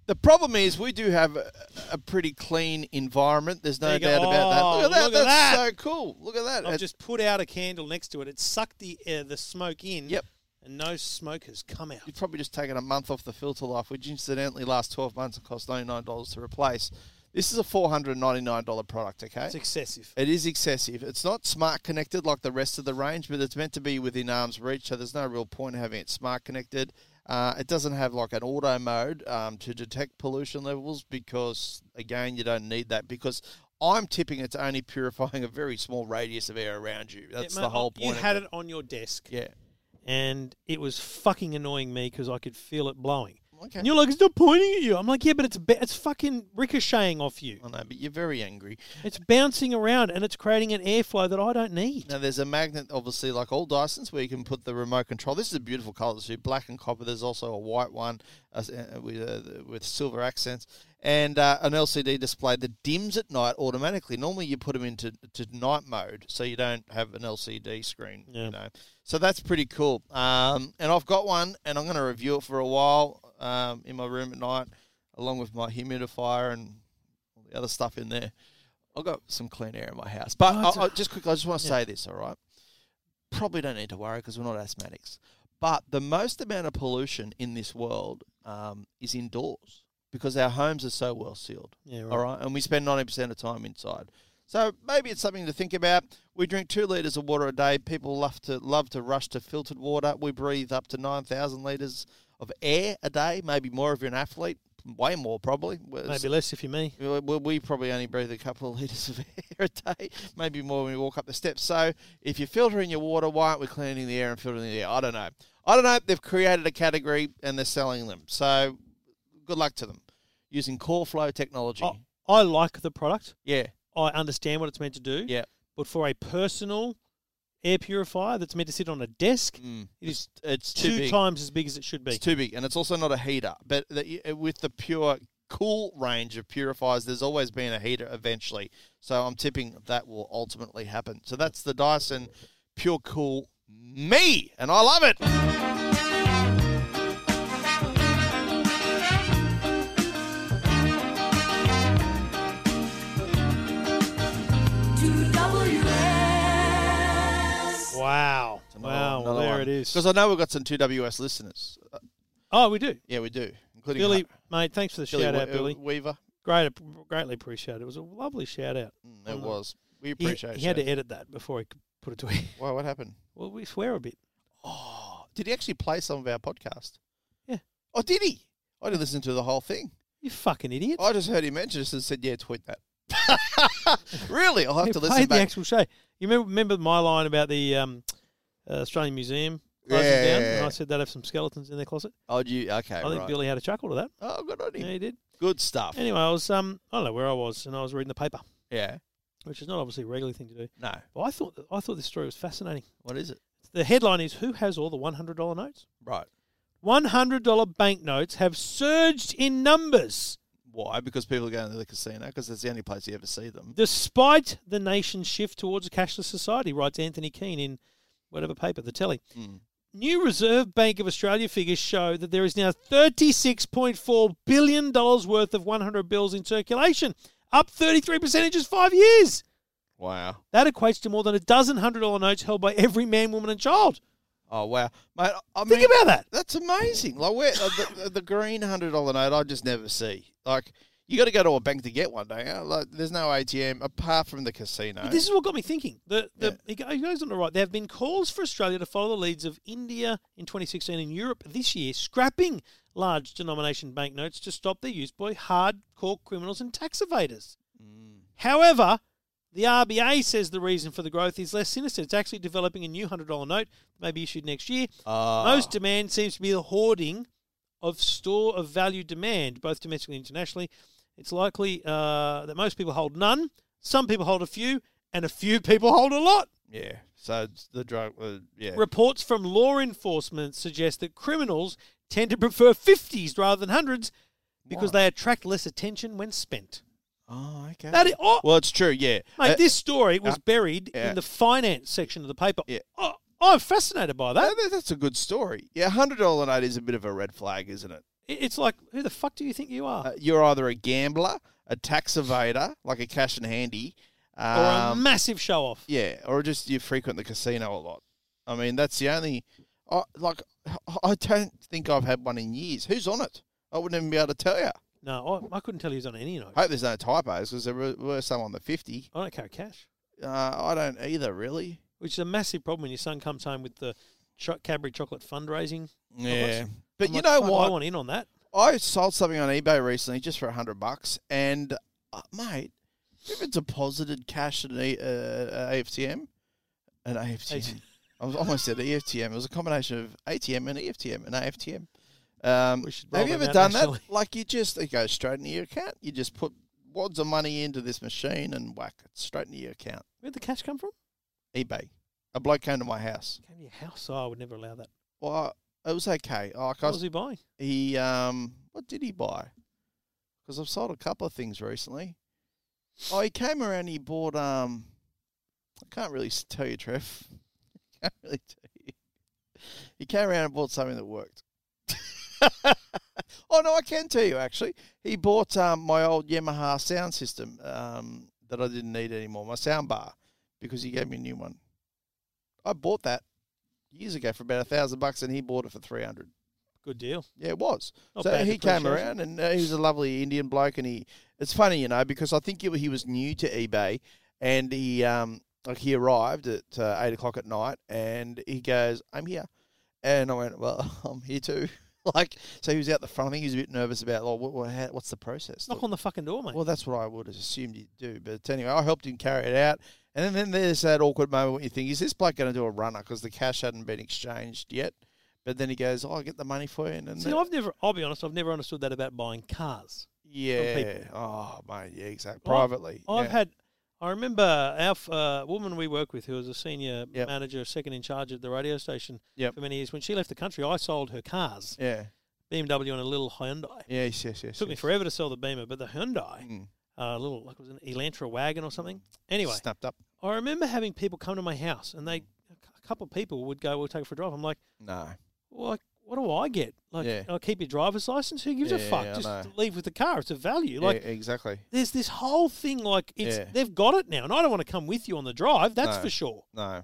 Speaker 2: the problem is we do have a, a pretty clean environment. There's no
Speaker 5: There you go.
Speaker 2: doubt about that. Look at
Speaker 5: Oh,
Speaker 2: that.
Speaker 5: look at
Speaker 2: That's
Speaker 5: that.
Speaker 2: so cool. Look at that.
Speaker 5: I've
Speaker 2: It's-
Speaker 5: just put out a candle next to it. It sucked the air, the smoke in.
Speaker 2: Yep.
Speaker 5: And no smoke has come out.
Speaker 2: You've probably just taken a month off the filter life, which incidentally lasts 12 months and costs $99 to replace. This is a $499 product, okay?
Speaker 5: It's excessive.
Speaker 2: It is excessive. It's not smart connected like the rest of the range, but it's meant to be within arm's reach, so there's no real point in having it smart connected. Uh, it doesn't have like an auto mode um, to detect pollution levels because, again, you don't need that because I'm tipping it's only purifying a very small radius of air around you. That's
Speaker 5: Yeah, mate,
Speaker 2: the whole
Speaker 5: You
Speaker 2: point.
Speaker 5: had
Speaker 2: of
Speaker 5: it on your desk,
Speaker 2: Yeah.
Speaker 5: and it was fucking annoying me because I could feel it blowing.
Speaker 2: Okay.
Speaker 5: And you're like, it's not pointing at you. I'm like, yeah, but it's ba- it's fucking ricocheting off you.
Speaker 2: I know, but you're very angry.
Speaker 5: It's bouncing around and it's creating an airflow that I don't need.
Speaker 2: Now there's a magnet, obviously, like all Dysons, where you can put the remote control. This is a beautiful colour too, black and copper. There's also a white one uh, s- uh, with uh, with silver accents, and uh, an LCD display that dims at night automatically. Normally, you put them into to night mode, so you don't have an LCD screen.
Speaker 5: Yeah.
Speaker 2: You know, so that's pretty cool. Um, and I've got one, and I'm going to review it for a while um, in my room at night, along with my humidifier and all the other stuff in there. I've got some clean air in my house. But
Speaker 5: Oh,
Speaker 2: I
Speaker 5: it's
Speaker 2: I just quickly, I just want to say this, all right? Probably don't need to worry because we're not asthmatics. But the most amount of pollution in this world um, is indoors because our homes are so well sealed.
Speaker 5: Yeah,
Speaker 2: All right. And we spend 90% of time inside. So maybe it's something to think about. We drink two litres of water a day. People love to love to rush to filtered water. We breathe up to 9,000 litres of air a day, maybe more if you're an athlete, way more probably.
Speaker 5: Maybe less if you're me.
Speaker 2: Well, we- we probably only breathe a couple of litres of air a day, maybe more when we walk up the steps. So if you're filtering your water, why aren't we cleaning the air and filtering the air? I don't know. I don't know. They've created a category and they're selling them. So good luck to them using core flow technology.
Speaker 5: I, I like the product.
Speaker 2: Yeah,
Speaker 5: I understand what it's meant to do.
Speaker 2: yeah.
Speaker 5: But for a personal air purifier that's meant to sit on a desk, it is
Speaker 2: Mm. It's too
Speaker 5: two
Speaker 2: big.
Speaker 5: times as big as it should be.
Speaker 2: It's too big, and it's also not a heater. But the, uh, with the pure cool range of purifiers, there's always been a heater eventually. So I'm tipping that will ultimately happen. So that's the Dyson Pure Cool Me, and I love it.
Speaker 5: Wow. Wow. Well, there it is.
Speaker 2: Because I know we've got some 2WS listeners. Uh,
Speaker 5: Oh, we do.
Speaker 2: yeah, we do, including
Speaker 5: Billy,
Speaker 2: Hu-
Speaker 5: mate, thanks for the
Speaker 2: Billy
Speaker 5: shout out,
Speaker 2: We-
Speaker 5: Billy.
Speaker 2: Weaver.
Speaker 5: Great, greatly appreciate it. It was a lovely shout out.
Speaker 2: It
Speaker 5: Um,
Speaker 2: was. We
Speaker 5: He,
Speaker 2: Mm, appreciate
Speaker 5: he had
Speaker 2: it.
Speaker 5: to edit that before he could put it to air.
Speaker 2: Why? What happened?
Speaker 5: Well, we swear a bit.
Speaker 2: Did he actually play some of our podcast?
Speaker 5: Yeah.
Speaker 2: Oh, did he? I didn't listen to the whole thing.
Speaker 5: You fucking idiot.
Speaker 2: I just heard him mention this and said, "Yeah, tweet that." really, I'll have
Speaker 5: He
Speaker 2: to
Speaker 5: played
Speaker 2: listen
Speaker 5: the
Speaker 2: back.
Speaker 5: actual show. You remember, remember my line about the um, uh, Australian Museum closing
Speaker 2: Yeah,
Speaker 5: down?
Speaker 2: yeah,
Speaker 5: And I
Speaker 2: yeah.
Speaker 5: said they'd have some skeletons in their closet.
Speaker 2: oh, you okay?
Speaker 5: I think
Speaker 2: right.
Speaker 5: Billy had a chuckle to that.
Speaker 2: Oh, good on
Speaker 5: Yeah,
Speaker 2: him.
Speaker 5: he did.
Speaker 2: Good stuff.
Speaker 5: Anyway, I was um, I don't know where I was, and I was reading the paper,
Speaker 2: Yeah.
Speaker 5: which is not obviously a regular thing to do.
Speaker 2: No.
Speaker 5: But I thought I thought this story was fascinating.
Speaker 2: What is it?
Speaker 5: The headline is "Who has all the one hundred dollar notes?"
Speaker 2: Right.
Speaker 5: One hundred dollar banknotes have surged in numbers
Speaker 2: Why? Because people are going to the casino because it's the only place you ever see them.
Speaker 5: despite the nation's shift towards a cashless society. Writes Anthony Keane in whatever paper, the Telly. New Reserve Bank of Australia figures show that there is now $36.4 billion worth of 100 bills in circulation, up 33% in just five years.
Speaker 2: Wow.
Speaker 5: That equates to more than a dozen $100 notes held by every man, woman, and child.
Speaker 2: Oh wow, mate. I
Speaker 5: Think
Speaker 2: mean,
Speaker 5: about that.
Speaker 2: That's amazing. Like where uh, the, the- the green hundred dollar note, I just never see. Like you got to go to a bank to get one, don't you? Like there's no ATM apart from the casino.
Speaker 5: This is what got me thinking. The, the, he go- He goes on to write there have been calls for Australia to follow the leads of India in 2016 and Europe this year, scrapping large denomination banknotes to stop their use by hardcore criminals and tax evaders. However, The RBA says the reason for the growth is less sinister. It's actually developing a new $100 note that may be issued next year. Most demand seems to be the hoarding of store of value demand, both domestically and internationally. It's likely uh, that most people hold none, some people hold a few, and a few people hold a lot.
Speaker 2: Yeah. So it's the drug. Uh, yeah.
Speaker 5: Reports from law enforcement suggest that criminals tend to prefer 50s rather than 100s because they attract less attention when spent.
Speaker 2: oh, okay.
Speaker 5: That is, oh,
Speaker 2: well, it's true. Yeah.
Speaker 5: mate,
Speaker 2: Uh,
Speaker 5: this story was buried
Speaker 2: yeah.
Speaker 5: in the finance section of the paper.
Speaker 2: Yeah.
Speaker 5: Oh, I'm fascinated by that.
Speaker 2: that- that- that's a good story. Yeah, hundred dollar note is a bit of a red flag, isn't it?
Speaker 5: It- It's like, who the fuck do you think you are?
Speaker 2: Uh, you're either a gambler, a tax evader, like a cash and handy,
Speaker 5: or a
Speaker 2: um,
Speaker 5: massive show off.
Speaker 2: yeah, or just you frequent the casino a lot. I mean, that's the only. I like, I don't think I've had one in years. Who's on it? I wouldn't even be able to tell you.
Speaker 5: No, I, I couldn't tell he was on any note.
Speaker 2: I hope there's no typos because there were, were some on the fifty.
Speaker 5: I don't carry cash,
Speaker 2: Uh, I don't either, really.
Speaker 5: which is a massive problem when your son comes home with the cho- Cadbury chocolate fundraising.
Speaker 2: Yeah,
Speaker 5: I'm
Speaker 2: but
Speaker 5: I'm
Speaker 2: you
Speaker 5: like,
Speaker 2: know
Speaker 5: "Fuck,
Speaker 2: what?
Speaker 5: I want in on that.
Speaker 2: I sold something on eBay recently just for a hundred bucks, and uh, mate, if it deposited cash at an e, uh, uh, AFTM, an AFTM, I was almost E at EFTM. It was a combination of ATM and E EFTM and AFTM. Um,
Speaker 5: We should roll
Speaker 2: have you
Speaker 5: them
Speaker 2: ever
Speaker 5: out
Speaker 2: done
Speaker 5: nationally.
Speaker 2: that? Like you just it goes straight into your account. You just put wads of money into this machine and whack it straight into your account.
Speaker 5: Where'd the cash come from?
Speaker 2: eBay. A bloke came to my house.
Speaker 5: Came to your house. Oh, I would never allow that.
Speaker 2: Well, it was okay. Oh,
Speaker 5: What
Speaker 2: 'cause
Speaker 5: was he buying?
Speaker 2: he um what did he buy? Because I've sold a couple of things recently. Oh, he came around. He bought um, I can't really s- tell you, Trev. can't really tell you. He came around and bought something that worked. oh no, I can tell you actually. He bought um my old Yamaha sound system um that I didn't need anymore, my sound bar, because he gave me a new one. I bought that years ago for about a thousand bucks, and he bought it for three hundred.
Speaker 5: Good deal.
Speaker 2: Yeah, it was.
Speaker 5: Not
Speaker 2: so
Speaker 5: bad
Speaker 2: he came
Speaker 5: depreciation.
Speaker 2: around, and uh, he was a lovely Indian bloke. And he, it's funny, you know, because I think he, he was new to eBay, and he, um, like he arrived at uh, eight o'clock at night, and he goes, "I'm here," and I went, "Well, I'm here too." like, so he was out the front. I think he was a bit nervous about, like, what, what, how, what's the process?
Speaker 5: Knock on the fucking door, mate.
Speaker 2: Well, that's what I would have assumed you'd do. But anyway, I helped him carry it out. And then, then there's that awkward moment when you think, is this bloke going to do a runner? Because the cash hadn't been exchanged yet. But then he goes, oh, I'll get the money for you. And then
Speaker 5: See, I've never. I'll be honest. I've never understood that about buying cars.
Speaker 2: yeah. Oh, mate. Yeah, exactly.
Speaker 5: Well, I've-
Speaker 2: Privately.
Speaker 5: I've
Speaker 2: yeah.
Speaker 5: had. I remember our f- uh, woman we work with, who was a senior
Speaker 2: Yep.
Speaker 5: manager, second in charge at the radio station
Speaker 2: Yep.
Speaker 5: for many years. When she left the country, I sold her cars,
Speaker 2: Yeah.
Speaker 5: BMW and a little Hyundai.
Speaker 2: Yes, yes, yes.
Speaker 5: It took me
Speaker 2: yes.
Speaker 5: forever to sell the Beamer, but the Hyundai,
Speaker 2: Mm.
Speaker 5: uh, little like it was an Elantra wagon or something. Anyway,
Speaker 2: Snapped up.
Speaker 5: I remember having people come to my house, and they a couple of people would go, "We'll take it for a drive." I'm like,
Speaker 2: No.
Speaker 5: well, like, what do I get? Like,
Speaker 2: Yeah.
Speaker 5: I'll keep your driver's license. Who gives a
Speaker 2: Yeah,
Speaker 5: fuck?
Speaker 2: I know.
Speaker 5: Just leave with the car. It's a value. Like,
Speaker 2: yeah, exactly.
Speaker 5: there's this whole thing. Like, it's
Speaker 2: Yeah.
Speaker 5: they've got it now, and I don't want to come with you on the drive. That's
Speaker 2: No.
Speaker 5: for sure.
Speaker 2: No.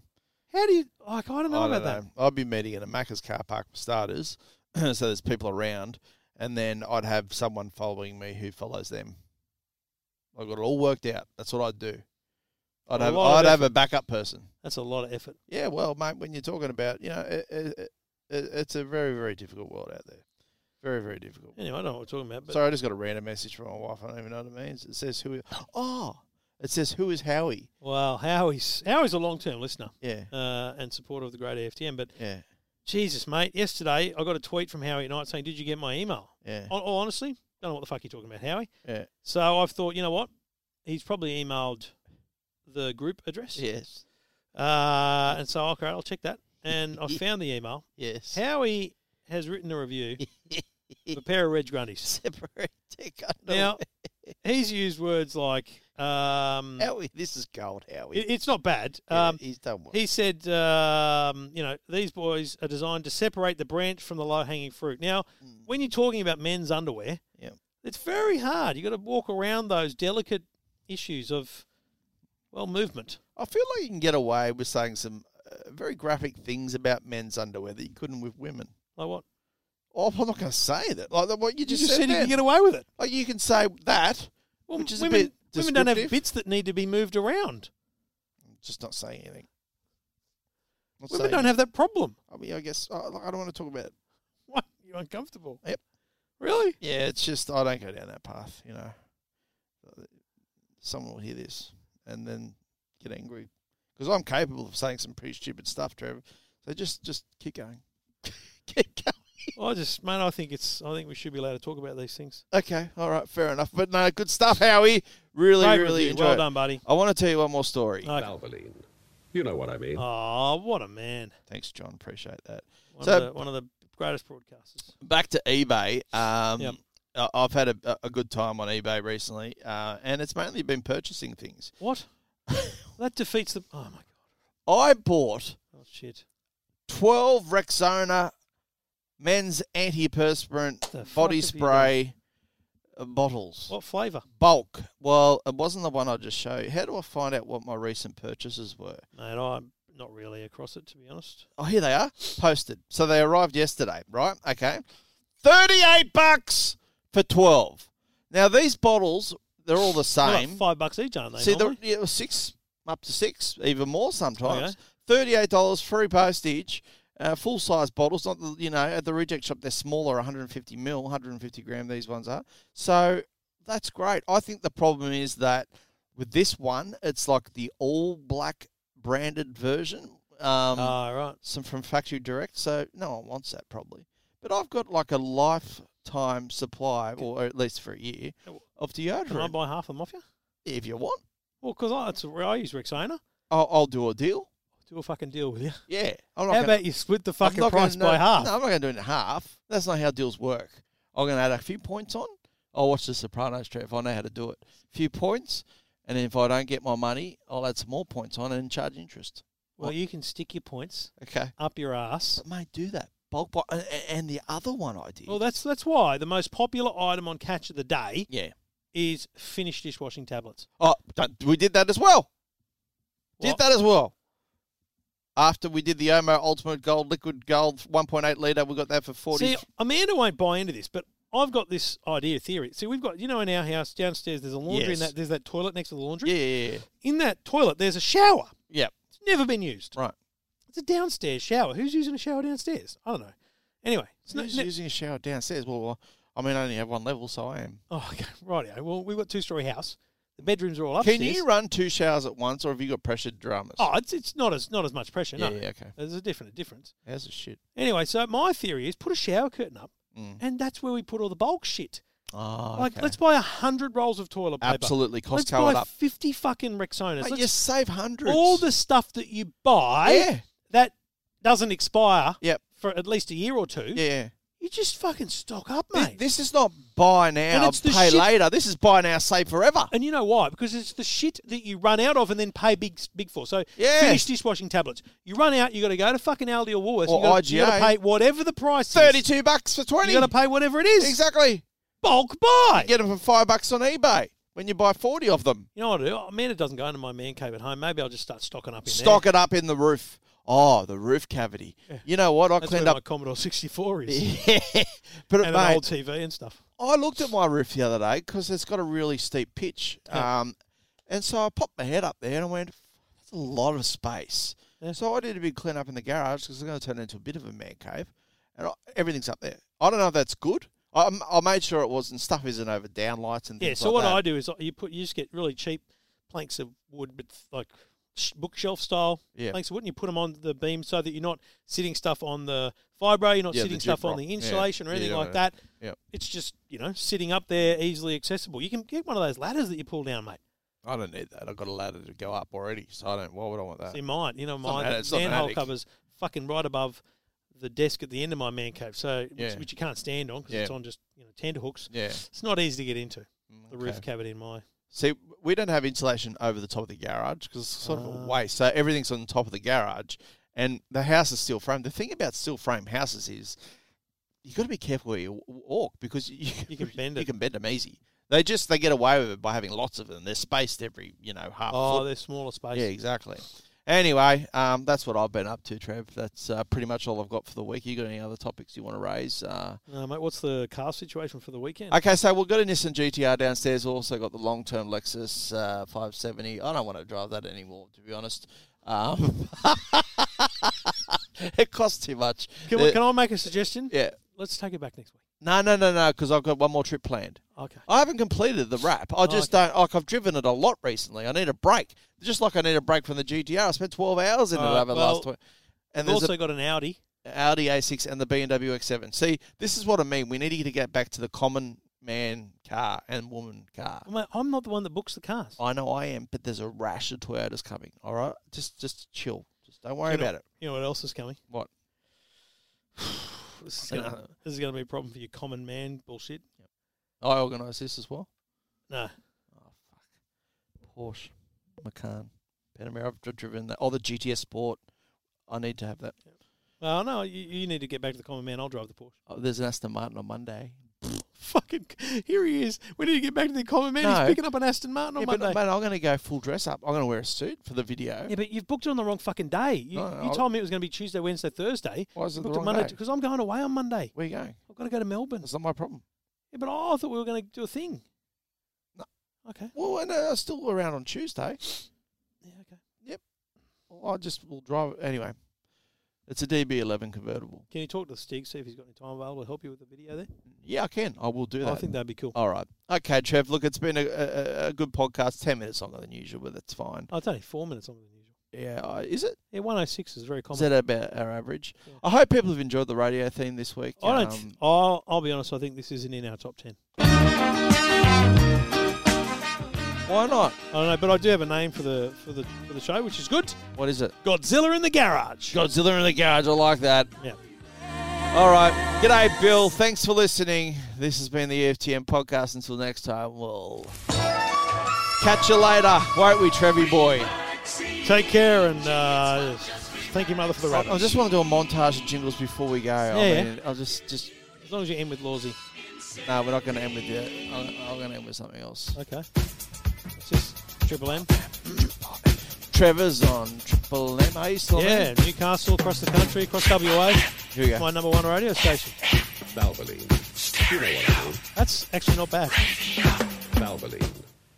Speaker 5: How do you? Like, I don't know
Speaker 2: I
Speaker 5: about
Speaker 2: don't
Speaker 5: that.
Speaker 2: know. I'd be meeting in a Macca's car park for starters. so there's people around. And then I'd have someone following me who follows them. I got it all worked out. That's what I'd do. I'd
Speaker 5: A
Speaker 2: have
Speaker 5: lot
Speaker 2: I'd
Speaker 5: of
Speaker 2: have a backup person.
Speaker 5: That's a lot of effort.
Speaker 2: Yeah, well, mate, when you're talking about, you know, it, it, it, it's a very, very difficult world out there. Very, very difficult.
Speaker 5: Anyway, I don't know what we're talking about. But
Speaker 2: Sorry, I just got a random message from my wife. I don't even know what it means. It says who. Oh, it says who is Howie?
Speaker 5: well, Howie's Howie's a long term listener
Speaker 2: Yeah,
Speaker 5: uh, and supporter of the great AFTM. But
Speaker 2: yeah,
Speaker 5: Jesus, mate, yesterday I got a tweet from Howie at night saying, "Did you get my email?"
Speaker 2: yeah,
Speaker 5: Hon- oh, Honestly, don't know what the fuck you're talking about, Howie.
Speaker 2: yeah.
Speaker 5: So I've thought, you know what? He's probably emailed the group address.
Speaker 2: Yes,
Speaker 5: Uh, and so, okay, I'll check that. And I found the email.
Speaker 2: yes.
Speaker 5: Howie has written a review of a pair of Reg Grundies.
Speaker 2: Separate dick
Speaker 5: Now, he's used words like, um, it,
Speaker 2: Howie, this is gold, Howie.
Speaker 5: it's not bad.
Speaker 2: Yeah,
Speaker 5: Um,
Speaker 2: he's done well.
Speaker 5: he said, um, you know, these boys are designed to separate the branch from the low hanging fruit. Now, when you're talking about men's underwear,
Speaker 2: Hmm. Yeah.
Speaker 5: it's very hard. You've got to walk around those delicate issues of, well, movement.
Speaker 2: I feel like you can get away with saying some uh, very graphic things about men's underwear that you couldn't with women.
Speaker 5: Like what?
Speaker 2: Oh, I'm not going to say that. Like the- what you
Speaker 5: You
Speaker 2: just,
Speaker 5: just said you
Speaker 2: there.
Speaker 5: can get away with it.
Speaker 2: Like you can say that,
Speaker 5: Well,
Speaker 2: which is
Speaker 5: women,
Speaker 2: a bit
Speaker 5: women don't have
Speaker 2: descriptive.
Speaker 5: bits that need to be moved around.
Speaker 2: Just not saying anything. Not
Speaker 5: women
Speaker 2: saying
Speaker 5: don't have that problem.
Speaker 2: I mean, I guess I, I don't want to talk about. It.
Speaker 5: Why? You're uncomfortable.
Speaker 2: Yep.
Speaker 5: Really?
Speaker 2: Yeah, it's just I don't go down that path. You know, someone will hear this, and then get angry because I'm capable of saying some pretty stupid stuff, Trevor. So just just keep going, keep going.
Speaker 5: I just, man, I think it's. I think we should be allowed to talk about these things.
Speaker 2: Okay, all right, fair enough. But no, good stuff, Howie. Really,
Speaker 5: Great
Speaker 2: really
Speaker 5: review.
Speaker 2: enjoyed.
Speaker 5: well
Speaker 2: it.
Speaker 5: done, buddy.
Speaker 2: I want to tell you one more story.
Speaker 5: Okay.
Speaker 8: Valvoline. You know what I mean.
Speaker 5: Oh, what a man!
Speaker 2: Thanks, John. Appreciate that.
Speaker 5: One,
Speaker 2: So-
Speaker 5: of the, one of the greatest broadcasters.
Speaker 2: back to eBay. Um,
Speaker 5: Yep.
Speaker 2: I- I've had a, a good time on eBay recently, uh, and it's mainly been purchasing things.
Speaker 5: What? that defeats the. Oh my god!
Speaker 2: I bought
Speaker 5: Oh shit!
Speaker 2: 12 Rexona men's antiperspirant
Speaker 5: The fuck
Speaker 2: body
Speaker 5: have you
Speaker 2: spray uh, bottles.
Speaker 5: What flavour?
Speaker 2: Bulk. Well, it wasn't the one I just showed you. How do I find out what my recent purchases were?
Speaker 5: Mate, I'm not really across it to be honest.
Speaker 2: Oh, here they are. Posted. So they arrived yesterday, right? Okay. 38 bucks for 12. Now, these bottles, they're all the
Speaker 5: They're
Speaker 2: same.
Speaker 5: like five bucks each, aren't they?
Speaker 2: See, there,
Speaker 5: normally?
Speaker 2: yeah, it was six, up to six, even more sometimes.
Speaker 5: Okay.
Speaker 2: Thirty-eight dollars free postage, uh, full-size bottles. Not the, you know at the reject shop they're smaller, 150 mil, 150 gram. These ones are. So that's great. I think the problem is that with this one, it's like the all-black branded version. Um,
Speaker 5: Ah, right.
Speaker 2: some from Factory Direct, so no one wants that probably. But I've got like a lifetime supply, or at least for a year, of
Speaker 5: Can I
Speaker 2: deodorant
Speaker 5: buy half of them off you?
Speaker 2: if you want.
Speaker 5: Well, because I, it's- I use Rexona.
Speaker 2: I'll, I'll do a deal.
Speaker 5: Do a fucking deal with you.
Speaker 2: Yeah. I'm not
Speaker 5: How
Speaker 2: gonna-
Speaker 5: about you split the
Speaker 2: I'm
Speaker 5: fucking
Speaker 2: not gonna-
Speaker 5: price
Speaker 2: no,
Speaker 5: by half?
Speaker 2: No, I'm not going to do it in half. That's not how deals work. I'm going to add a few points on. I'll watch The Sopranos, Trev. I know how to do it. A few points, and if I don't get my money, I'll add some more points on and charge interest.
Speaker 5: Well, you can stick your points
Speaker 2: Okay.
Speaker 5: up your ass.
Speaker 2: But, mate, do that. Bulk buy. And, and the other one I did.
Speaker 5: Well, that's that's why the most popular item on Catch of the Day
Speaker 2: yeah.
Speaker 5: is finished dishwashing tablets.
Speaker 2: Oh, don't- we did that as well.
Speaker 5: What?
Speaker 2: Did that as well. After we did the Omo Ultimate Gold Liquid Gold 1.8 litre, we got that for 40.
Speaker 5: See, Amanda won't buy into this, but I've got this idea theory. See, we've got you know in our house downstairs there's a laundry
Speaker 2: Yes.
Speaker 5: and that there's that toilet next to the laundry.
Speaker 2: yeah, yeah, yeah.
Speaker 5: In that toilet there's a shower.
Speaker 2: Yeah,
Speaker 5: It's never been used.
Speaker 2: right.
Speaker 5: It's a downstairs shower. Who's using a shower downstairs? I don't know. Anyway, it's not,
Speaker 2: Who's using a shower downstairs? Well, I mean, I only have one level, so I am.
Speaker 5: oh, okay, right. Well, we've got two story house. The bedrooms are all upstairs.
Speaker 2: Can you run two showers at once, or have you got pressured drummers?
Speaker 5: Oh, it's, it's not as not as much pressure.
Speaker 2: yeah,
Speaker 5: no,
Speaker 2: yeah, okay.
Speaker 5: there's a different a difference.
Speaker 2: How's the shit?
Speaker 5: Anyway, so my theory is put a shower curtain up,
Speaker 2: Mm.
Speaker 5: and that's where we put all the bulk shit.
Speaker 2: Oh,
Speaker 5: Like,
Speaker 2: okay.
Speaker 5: let's buy a hundred rolls of toilet paper.
Speaker 2: Absolutely,
Speaker 5: let's
Speaker 2: Costco
Speaker 5: buy
Speaker 2: it up.
Speaker 5: fifty fucking Rexonas.
Speaker 2: Mate,
Speaker 5: Let's-
Speaker 2: you save hundreds.
Speaker 5: all the stuff that you buy
Speaker 2: Yeah.
Speaker 5: that doesn't expire
Speaker 2: Yep.
Speaker 5: for at least a year or two.
Speaker 2: Yeah.
Speaker 5: You just fucking stock up,
Speaker 2: Thi-
Speaker 5: mate.
Speaker 2: This, is not buy now,
Speaker 5: And it's the
Speaker 2: pay
Speaker 5: shit-
Speaker 2: later. This is buy now, save forever.
Speaker 5: and you know why? Because it's the shit that you run out of and then pay big big for. So
Speaker 2: Yeah.
Speaker 5: finish dishwashing tablets. You run out, you got to go to fucking Aldi or Woolworths.
Speaker 2: Or
Speaker 5: you gotta, You got to
Speaker 2: IGA.
Speaker 5: pay whatever the price is.
Speaker 2: Thirty-two bucks for twenty.
Speaker 5: You got to pay whatever it is.
Speaker 2: exactly.
Speaker 5: Bulk buy.
Speaker 2: Get them for five bucks on eBay when you buy forty of them.
Speaker 5: You know what I do? Oh, Amanda doesn't go into my man cave at home. Maybe I'll just start stocking up in
Speaker 2: Stock
Speaker 5: there.
Speaker 2: it up in the roof. Oh, the roof cavity. You know what? I
Speaker 5: That's
Speaker 2: cleaned
Speaker 5: where my
Speaker 2: up.
Speaker 5: Commodore 64 is.
Speaker 2: Put it,
Speaker 5: and
Speaker 2: mate,
Speaker 5: an old TV and stuff.
Speaker 2: I looked at my roof the other day because it's got a really steep pitch. Um, and so I popped my head up there and I went, that's a lot of space. So I did a big clean up in the garage because it's going to turn into a bit of a man cave. And I, everything's up there. I don't know if that's good. I, I made sure it wasn't. Stuff isn't over downlights and
Speaker 5: Yeah,
Speaker 2: things
Speaker 5: so
Speaker 2: like
Speaker 5: what
Speaker 2: that.
Speaker 5: I do is uh, you put you just get really cheap planks of wood, but like sh- bookshelf style
Speaker 2: Yeah.
Speaker 5: planks of wood, and you put them on the beam so that you're not sitting stuff on the fibro, you're not
Speaker 2: Yeah, the
Speaker 5: sitting stuff
Speaker 2: gyprock.
Speaker 5: on the
Speaker 2: Yeah.
Speaker 5: insulation or
Speaker 2: Yeah,
Speaker 5: anything
Speaker 2: yeah,
Speaker 5: like
Speaker 2: yeah.
Speaker 5: that.
Speaker 2: Yeah.
Speaker 5: It's just you know sitting up there, easily accessible. You can get one of those ladders that you pull down, mate.
Speaker 2: I don't need that. I've got a ladder to go up already, so I don't. Why would I want that?
Speaker 5: See mine, you know mine.
Speaker 2: an attic,
Speaker 5: the
Speaker 2: Uh, it's not an
Speaker 5: manhole
Speaker 2: attic.
Speaker 5: covers fucking right above the desk at the end of my man cave, so
Speaker 2: Yeah.
Speaker 5: which, which you can't stand on because
Speaker 2: Yeah.
Speaker 5: it's on just you know tender hooks.
Speaker 2: Yeah. Mm,
Speaker 5: It's not easy to get into the roof
Speaker 2: okay.
Speaker 5: cavity in my.
Speaker 2: See, we don't have insulation over the top of the garage because it's sort of
Speaker 5: Ah.
Speaker 2: a waste. So everything's on top of the garage, and the house is steel frame. The thing about steel frame houses is you got to be careful where you w- walk because you,
Speaker 5: You can bend
Speaker 2: You
Speaker 5: it.
Speaker 2: can bend them easy. They just they get away with it by having lots of them. They're spaced every you know half.
Speaker 5: Oh,
Speaker 2: foot.
Speaker 5: they're smaller spaces.
Speaker 2: yeah, exactly. Anyway, um, that's what I've been up to, Trev. That's uh, pretty much all I've got for the week. You got any other topics you want to raise? Uh,
Speaker 5: Uh, mate, what's the car situation for the weekend?
Speaker 2: Okay, so we've got a Nissan GTR downstairs. Also got the long-term Lexus uh, 570. I don't want to drive that anymore, to be honest. Um, it costs too much.
Speaker 5: can,
Speaker 2: The-
Speaker 5: can I make a suggestion?
Speaker 2: uh, yeah.
Speaker 5: Let's take it back next week.
Speaker 2: No, no, no, no, because I've got one more trip planned.
Speaker 5: Okay.
Speaker 2: I haven't completed the wrap.
Speaker 5: Oh,
Speaker 2: I just don't like. I've driven it a lot recently. I need a break, just like I need a break from the GTR. I spent twelve hours in it
Speaker 5: Uh,
Speaker 2: over the last.
Speaker 5: well,
Speaker 2: Tw- and
Speaker 5: We've
Speaker 2: there's
Speaker 5: also
Speaker 2: a
Speaker 5: got an Audi.
Speaker 2: Audi A6 and the BMW X7. See, this is what I mean. We need to get back to the common man car and woman car.
Speaker 5: I'm like, I'm not the one that books the cars.
Speaker 2: I know I am, but there's a rash of Toyotas coming. All right, just just chill. Just don't worry
Speaker 5: You know-
Speaker 2: about it.
Speaker 5: You know what else is coming?
Speaker 2: What?
Speaker 5: This is gonna, this is gonna be a problem for your common man bullshit.
Speaker 2: I organised this as well.
Speaker 5: No.
Speaker 2: Porsche, Macan, Panamera. I've dri- driven that. Oh, the GTS Sport. I need to have that.
Speaker 5: Well, no, you, you need to get back to the common man. I'll drive the Porsche.
Speaker 2: Oh, there's an Aston Martin on Monday.
Speaker 5: Fucking, here he is. We need to get back to the common man.
Speaker 2: No.
Speaker 5: He's picking up an Aston Martin on
Speaker 2: Yeah, but
Speaker 5: Monday.
Speaker 2: man, I'm going to go full dress up. I'm going to wear a suit for the video.
Speaker 5: yeah, but you've booked it on the wrong fucking day. You,
Speaker 2: No,
Speaker 5: you
Speaker 2: I'll-
Speaker 5: told me it was going to be Tuesday, Wednesday, Thursday.
Speaker 2: Why is it the wrong day?
Speaker 5: Because I'm going away on Monday.
Speaker 2: Where are you going?
Speaker 5: I've got to go to Melbourne.
Speaker 2: That's not my problem.
Speaker 5: Yeah, but I thought we were going to do a thing.
Speaker 2: No.
Speaker 5: Okay.
Speaker 2: Well, and uh, I'm still around on Tuesday.
Speaker 5: Yeah, okay.
Speaker 2: Well, I just will drive anyway. It's a DB11 convertible.
Speaker 5: Can you talk to Stig, see if he's got any time available to help you with the video there?
Speaker 2: Yeah, I can. I will do that.
Speaker 5: I think that'd be cool.
Speaker 2: All right. Okay, Trev. Look, it's been a, a, a- a good podcast. Ten minutes longer than usual, but that's fine.
Speaker 5: Oh, it's only four minutes longer than usual.
Speaker 2: Yeah, uh, is it?
Speaker 5: Yeah, 106 is very
Speaker 2: Is
Speaker 5: common.
Speaker 2: that about our average?
Speaker 5: Yeah.
Speaker 2: I hope people have enjoyed the radio theme this week. Um,
Speaker 5: I don't. th- I'll, I'll be honest. I think this isn't in our top ten.
Speaker 2: why not?
Speaker 5: I don't know, but I do have a name for the for the for the show, which is good.
Speaker 2: What is it?
Speaker 5: Godzilla in the garage.
Speaker 2: Godzilla in the garage. I like that.
Speaker 5: Yeah.
Speaker 2: All right. G'day, Bill. Thanks for listening. This has been the E EFTM podcast. Until next time, we'll catch you later, won't we, Trevi boy?
Speaker 5: Take care and uh, thank your mother for the
Speaker 2: I,
Speaker 5: rabbit.
Speaker 2: I just want to do a montage of jingles before we go. I
Speaker 5: Yeah,
Speaker 2: mean, I'll just just
Speaker 5: as long as you end with Lawsy.
Speaker 2: no, we're not going to end with that. I'm, I'm going to end with something else.
Speaker 5: Okay. It's just Triple M.
Speaker 2: Trevor's on Triple M. Are you still on
Speaker 5: Yeah,
Speaker 2: there?
Speaker 5: Newcastle, across the country, across WA.
Speaker 2: Here we go.
Speaker 5: My number one radio station.
Speaker 8: Valvoline. You know what I mean.
Speaker 5: That's actually not bad.
Speaker 8: Valvoline.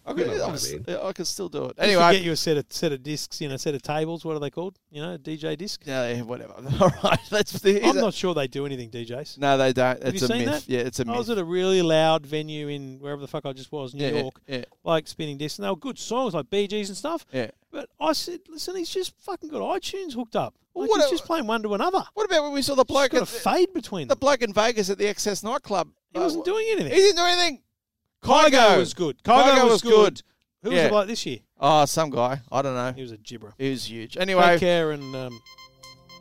Speaker 2: I
Speaker 8: You know
Speaker 2: could,
Speaker 8: what
Speaker 2: I'm
Speaker 8: I
Speaker 2: s-
Speaker 8: mean.
Speaker 2: yeah, I could still do it.
Speaker 5: You should get
Speaker 2: Anyway,
Speaker 5: you a set of set of discs, you know, a set of tables. What are they called? You know, DJ disc.
Speaker 2: yeah, yeah, whatever. All right, let's.
Speaker 5: I'm not sure they do anything DJs.
Speaker 2: No, they don't.
Speaker 5: Have
Speaker 2: It's
Speaker 5: you
Speaker 2: a
Speaker 5: seen
Speaker 2: myth.
Speaker 5: that?
Speaker 2: Yeah, it's a myth.
Speaker 5: I was at a really loud venue in wherever the fuck I just was, New
Speaker 2: Yeah, yeah,
Speaker 5: York,
Speaker 2: yeah.
Speaker 5: like spinning discs, and they were good songs like Bee Gees and stuff.
Speaker 2: Yeah.
Speaker 5: But I said, listen, he's just fucking got iTunes hooked up.
Speaker 2: Well,
Speaker 5: Like,
Speaker 2: what
Speaker 5: he's
Speaker 2: a-
Speaker 5: just playing one to another.
Speaker 2: What about when we saw the
Speaker 5: He's
Speaker 2: bloke
Speaker 5: got a
Speaker 2: at the,
Speaker 5: fade between
Speaker 2: the
Speaker 5: them.
Speaker 2: bloke in Vegas at the Excess nightclub?
Speaker 5: He wasn't
Speaker 2: Uh,
Speaker 5: doing anything.
Speaker 2: He didn't do anything.
Speaker 5: Kygo was good. Kygo, was, good. Who was
Speaker 2: Yeah.
Speaker 5: the bloke this year?
Speaker 2: Oh, some guy. I don't know.
Speaker 5: He was a gibber.
Speaker 2: He was huge.
Speaker 5: Take
Speaker 2: Anyway,
Speaker 5: care and um,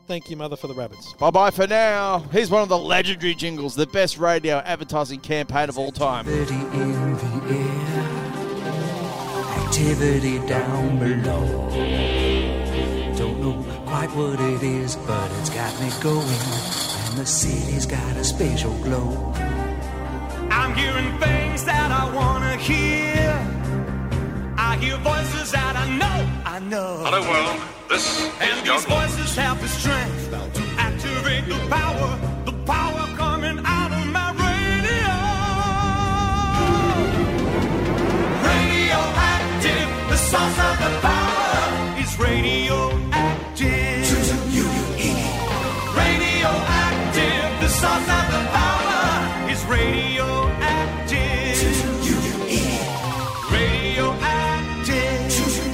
Speaker 5: thank you, mother, for the rabbits.
Speaker 2: bye bye for now. He's one of the legendary jingles, the best radio advertising campaign of all time.
Speaker 4: Activity in the air. Activity down below. Don't know quite what it is, but it's got me going. And the city's got a spatial glow.
Speaker 9: I'm hearing things that I wanna hear. I hear voices that I know, I know.
Speaker 10: Hello, world. This is
Speaker 9: And these
Speaker 10: John.
Speaker 9: voices have the strength to activate the power, the power coming out of my radio. Radioactive, the source of the power is radioactive. Radioactive, the source of the power is radioactive. Radioactive.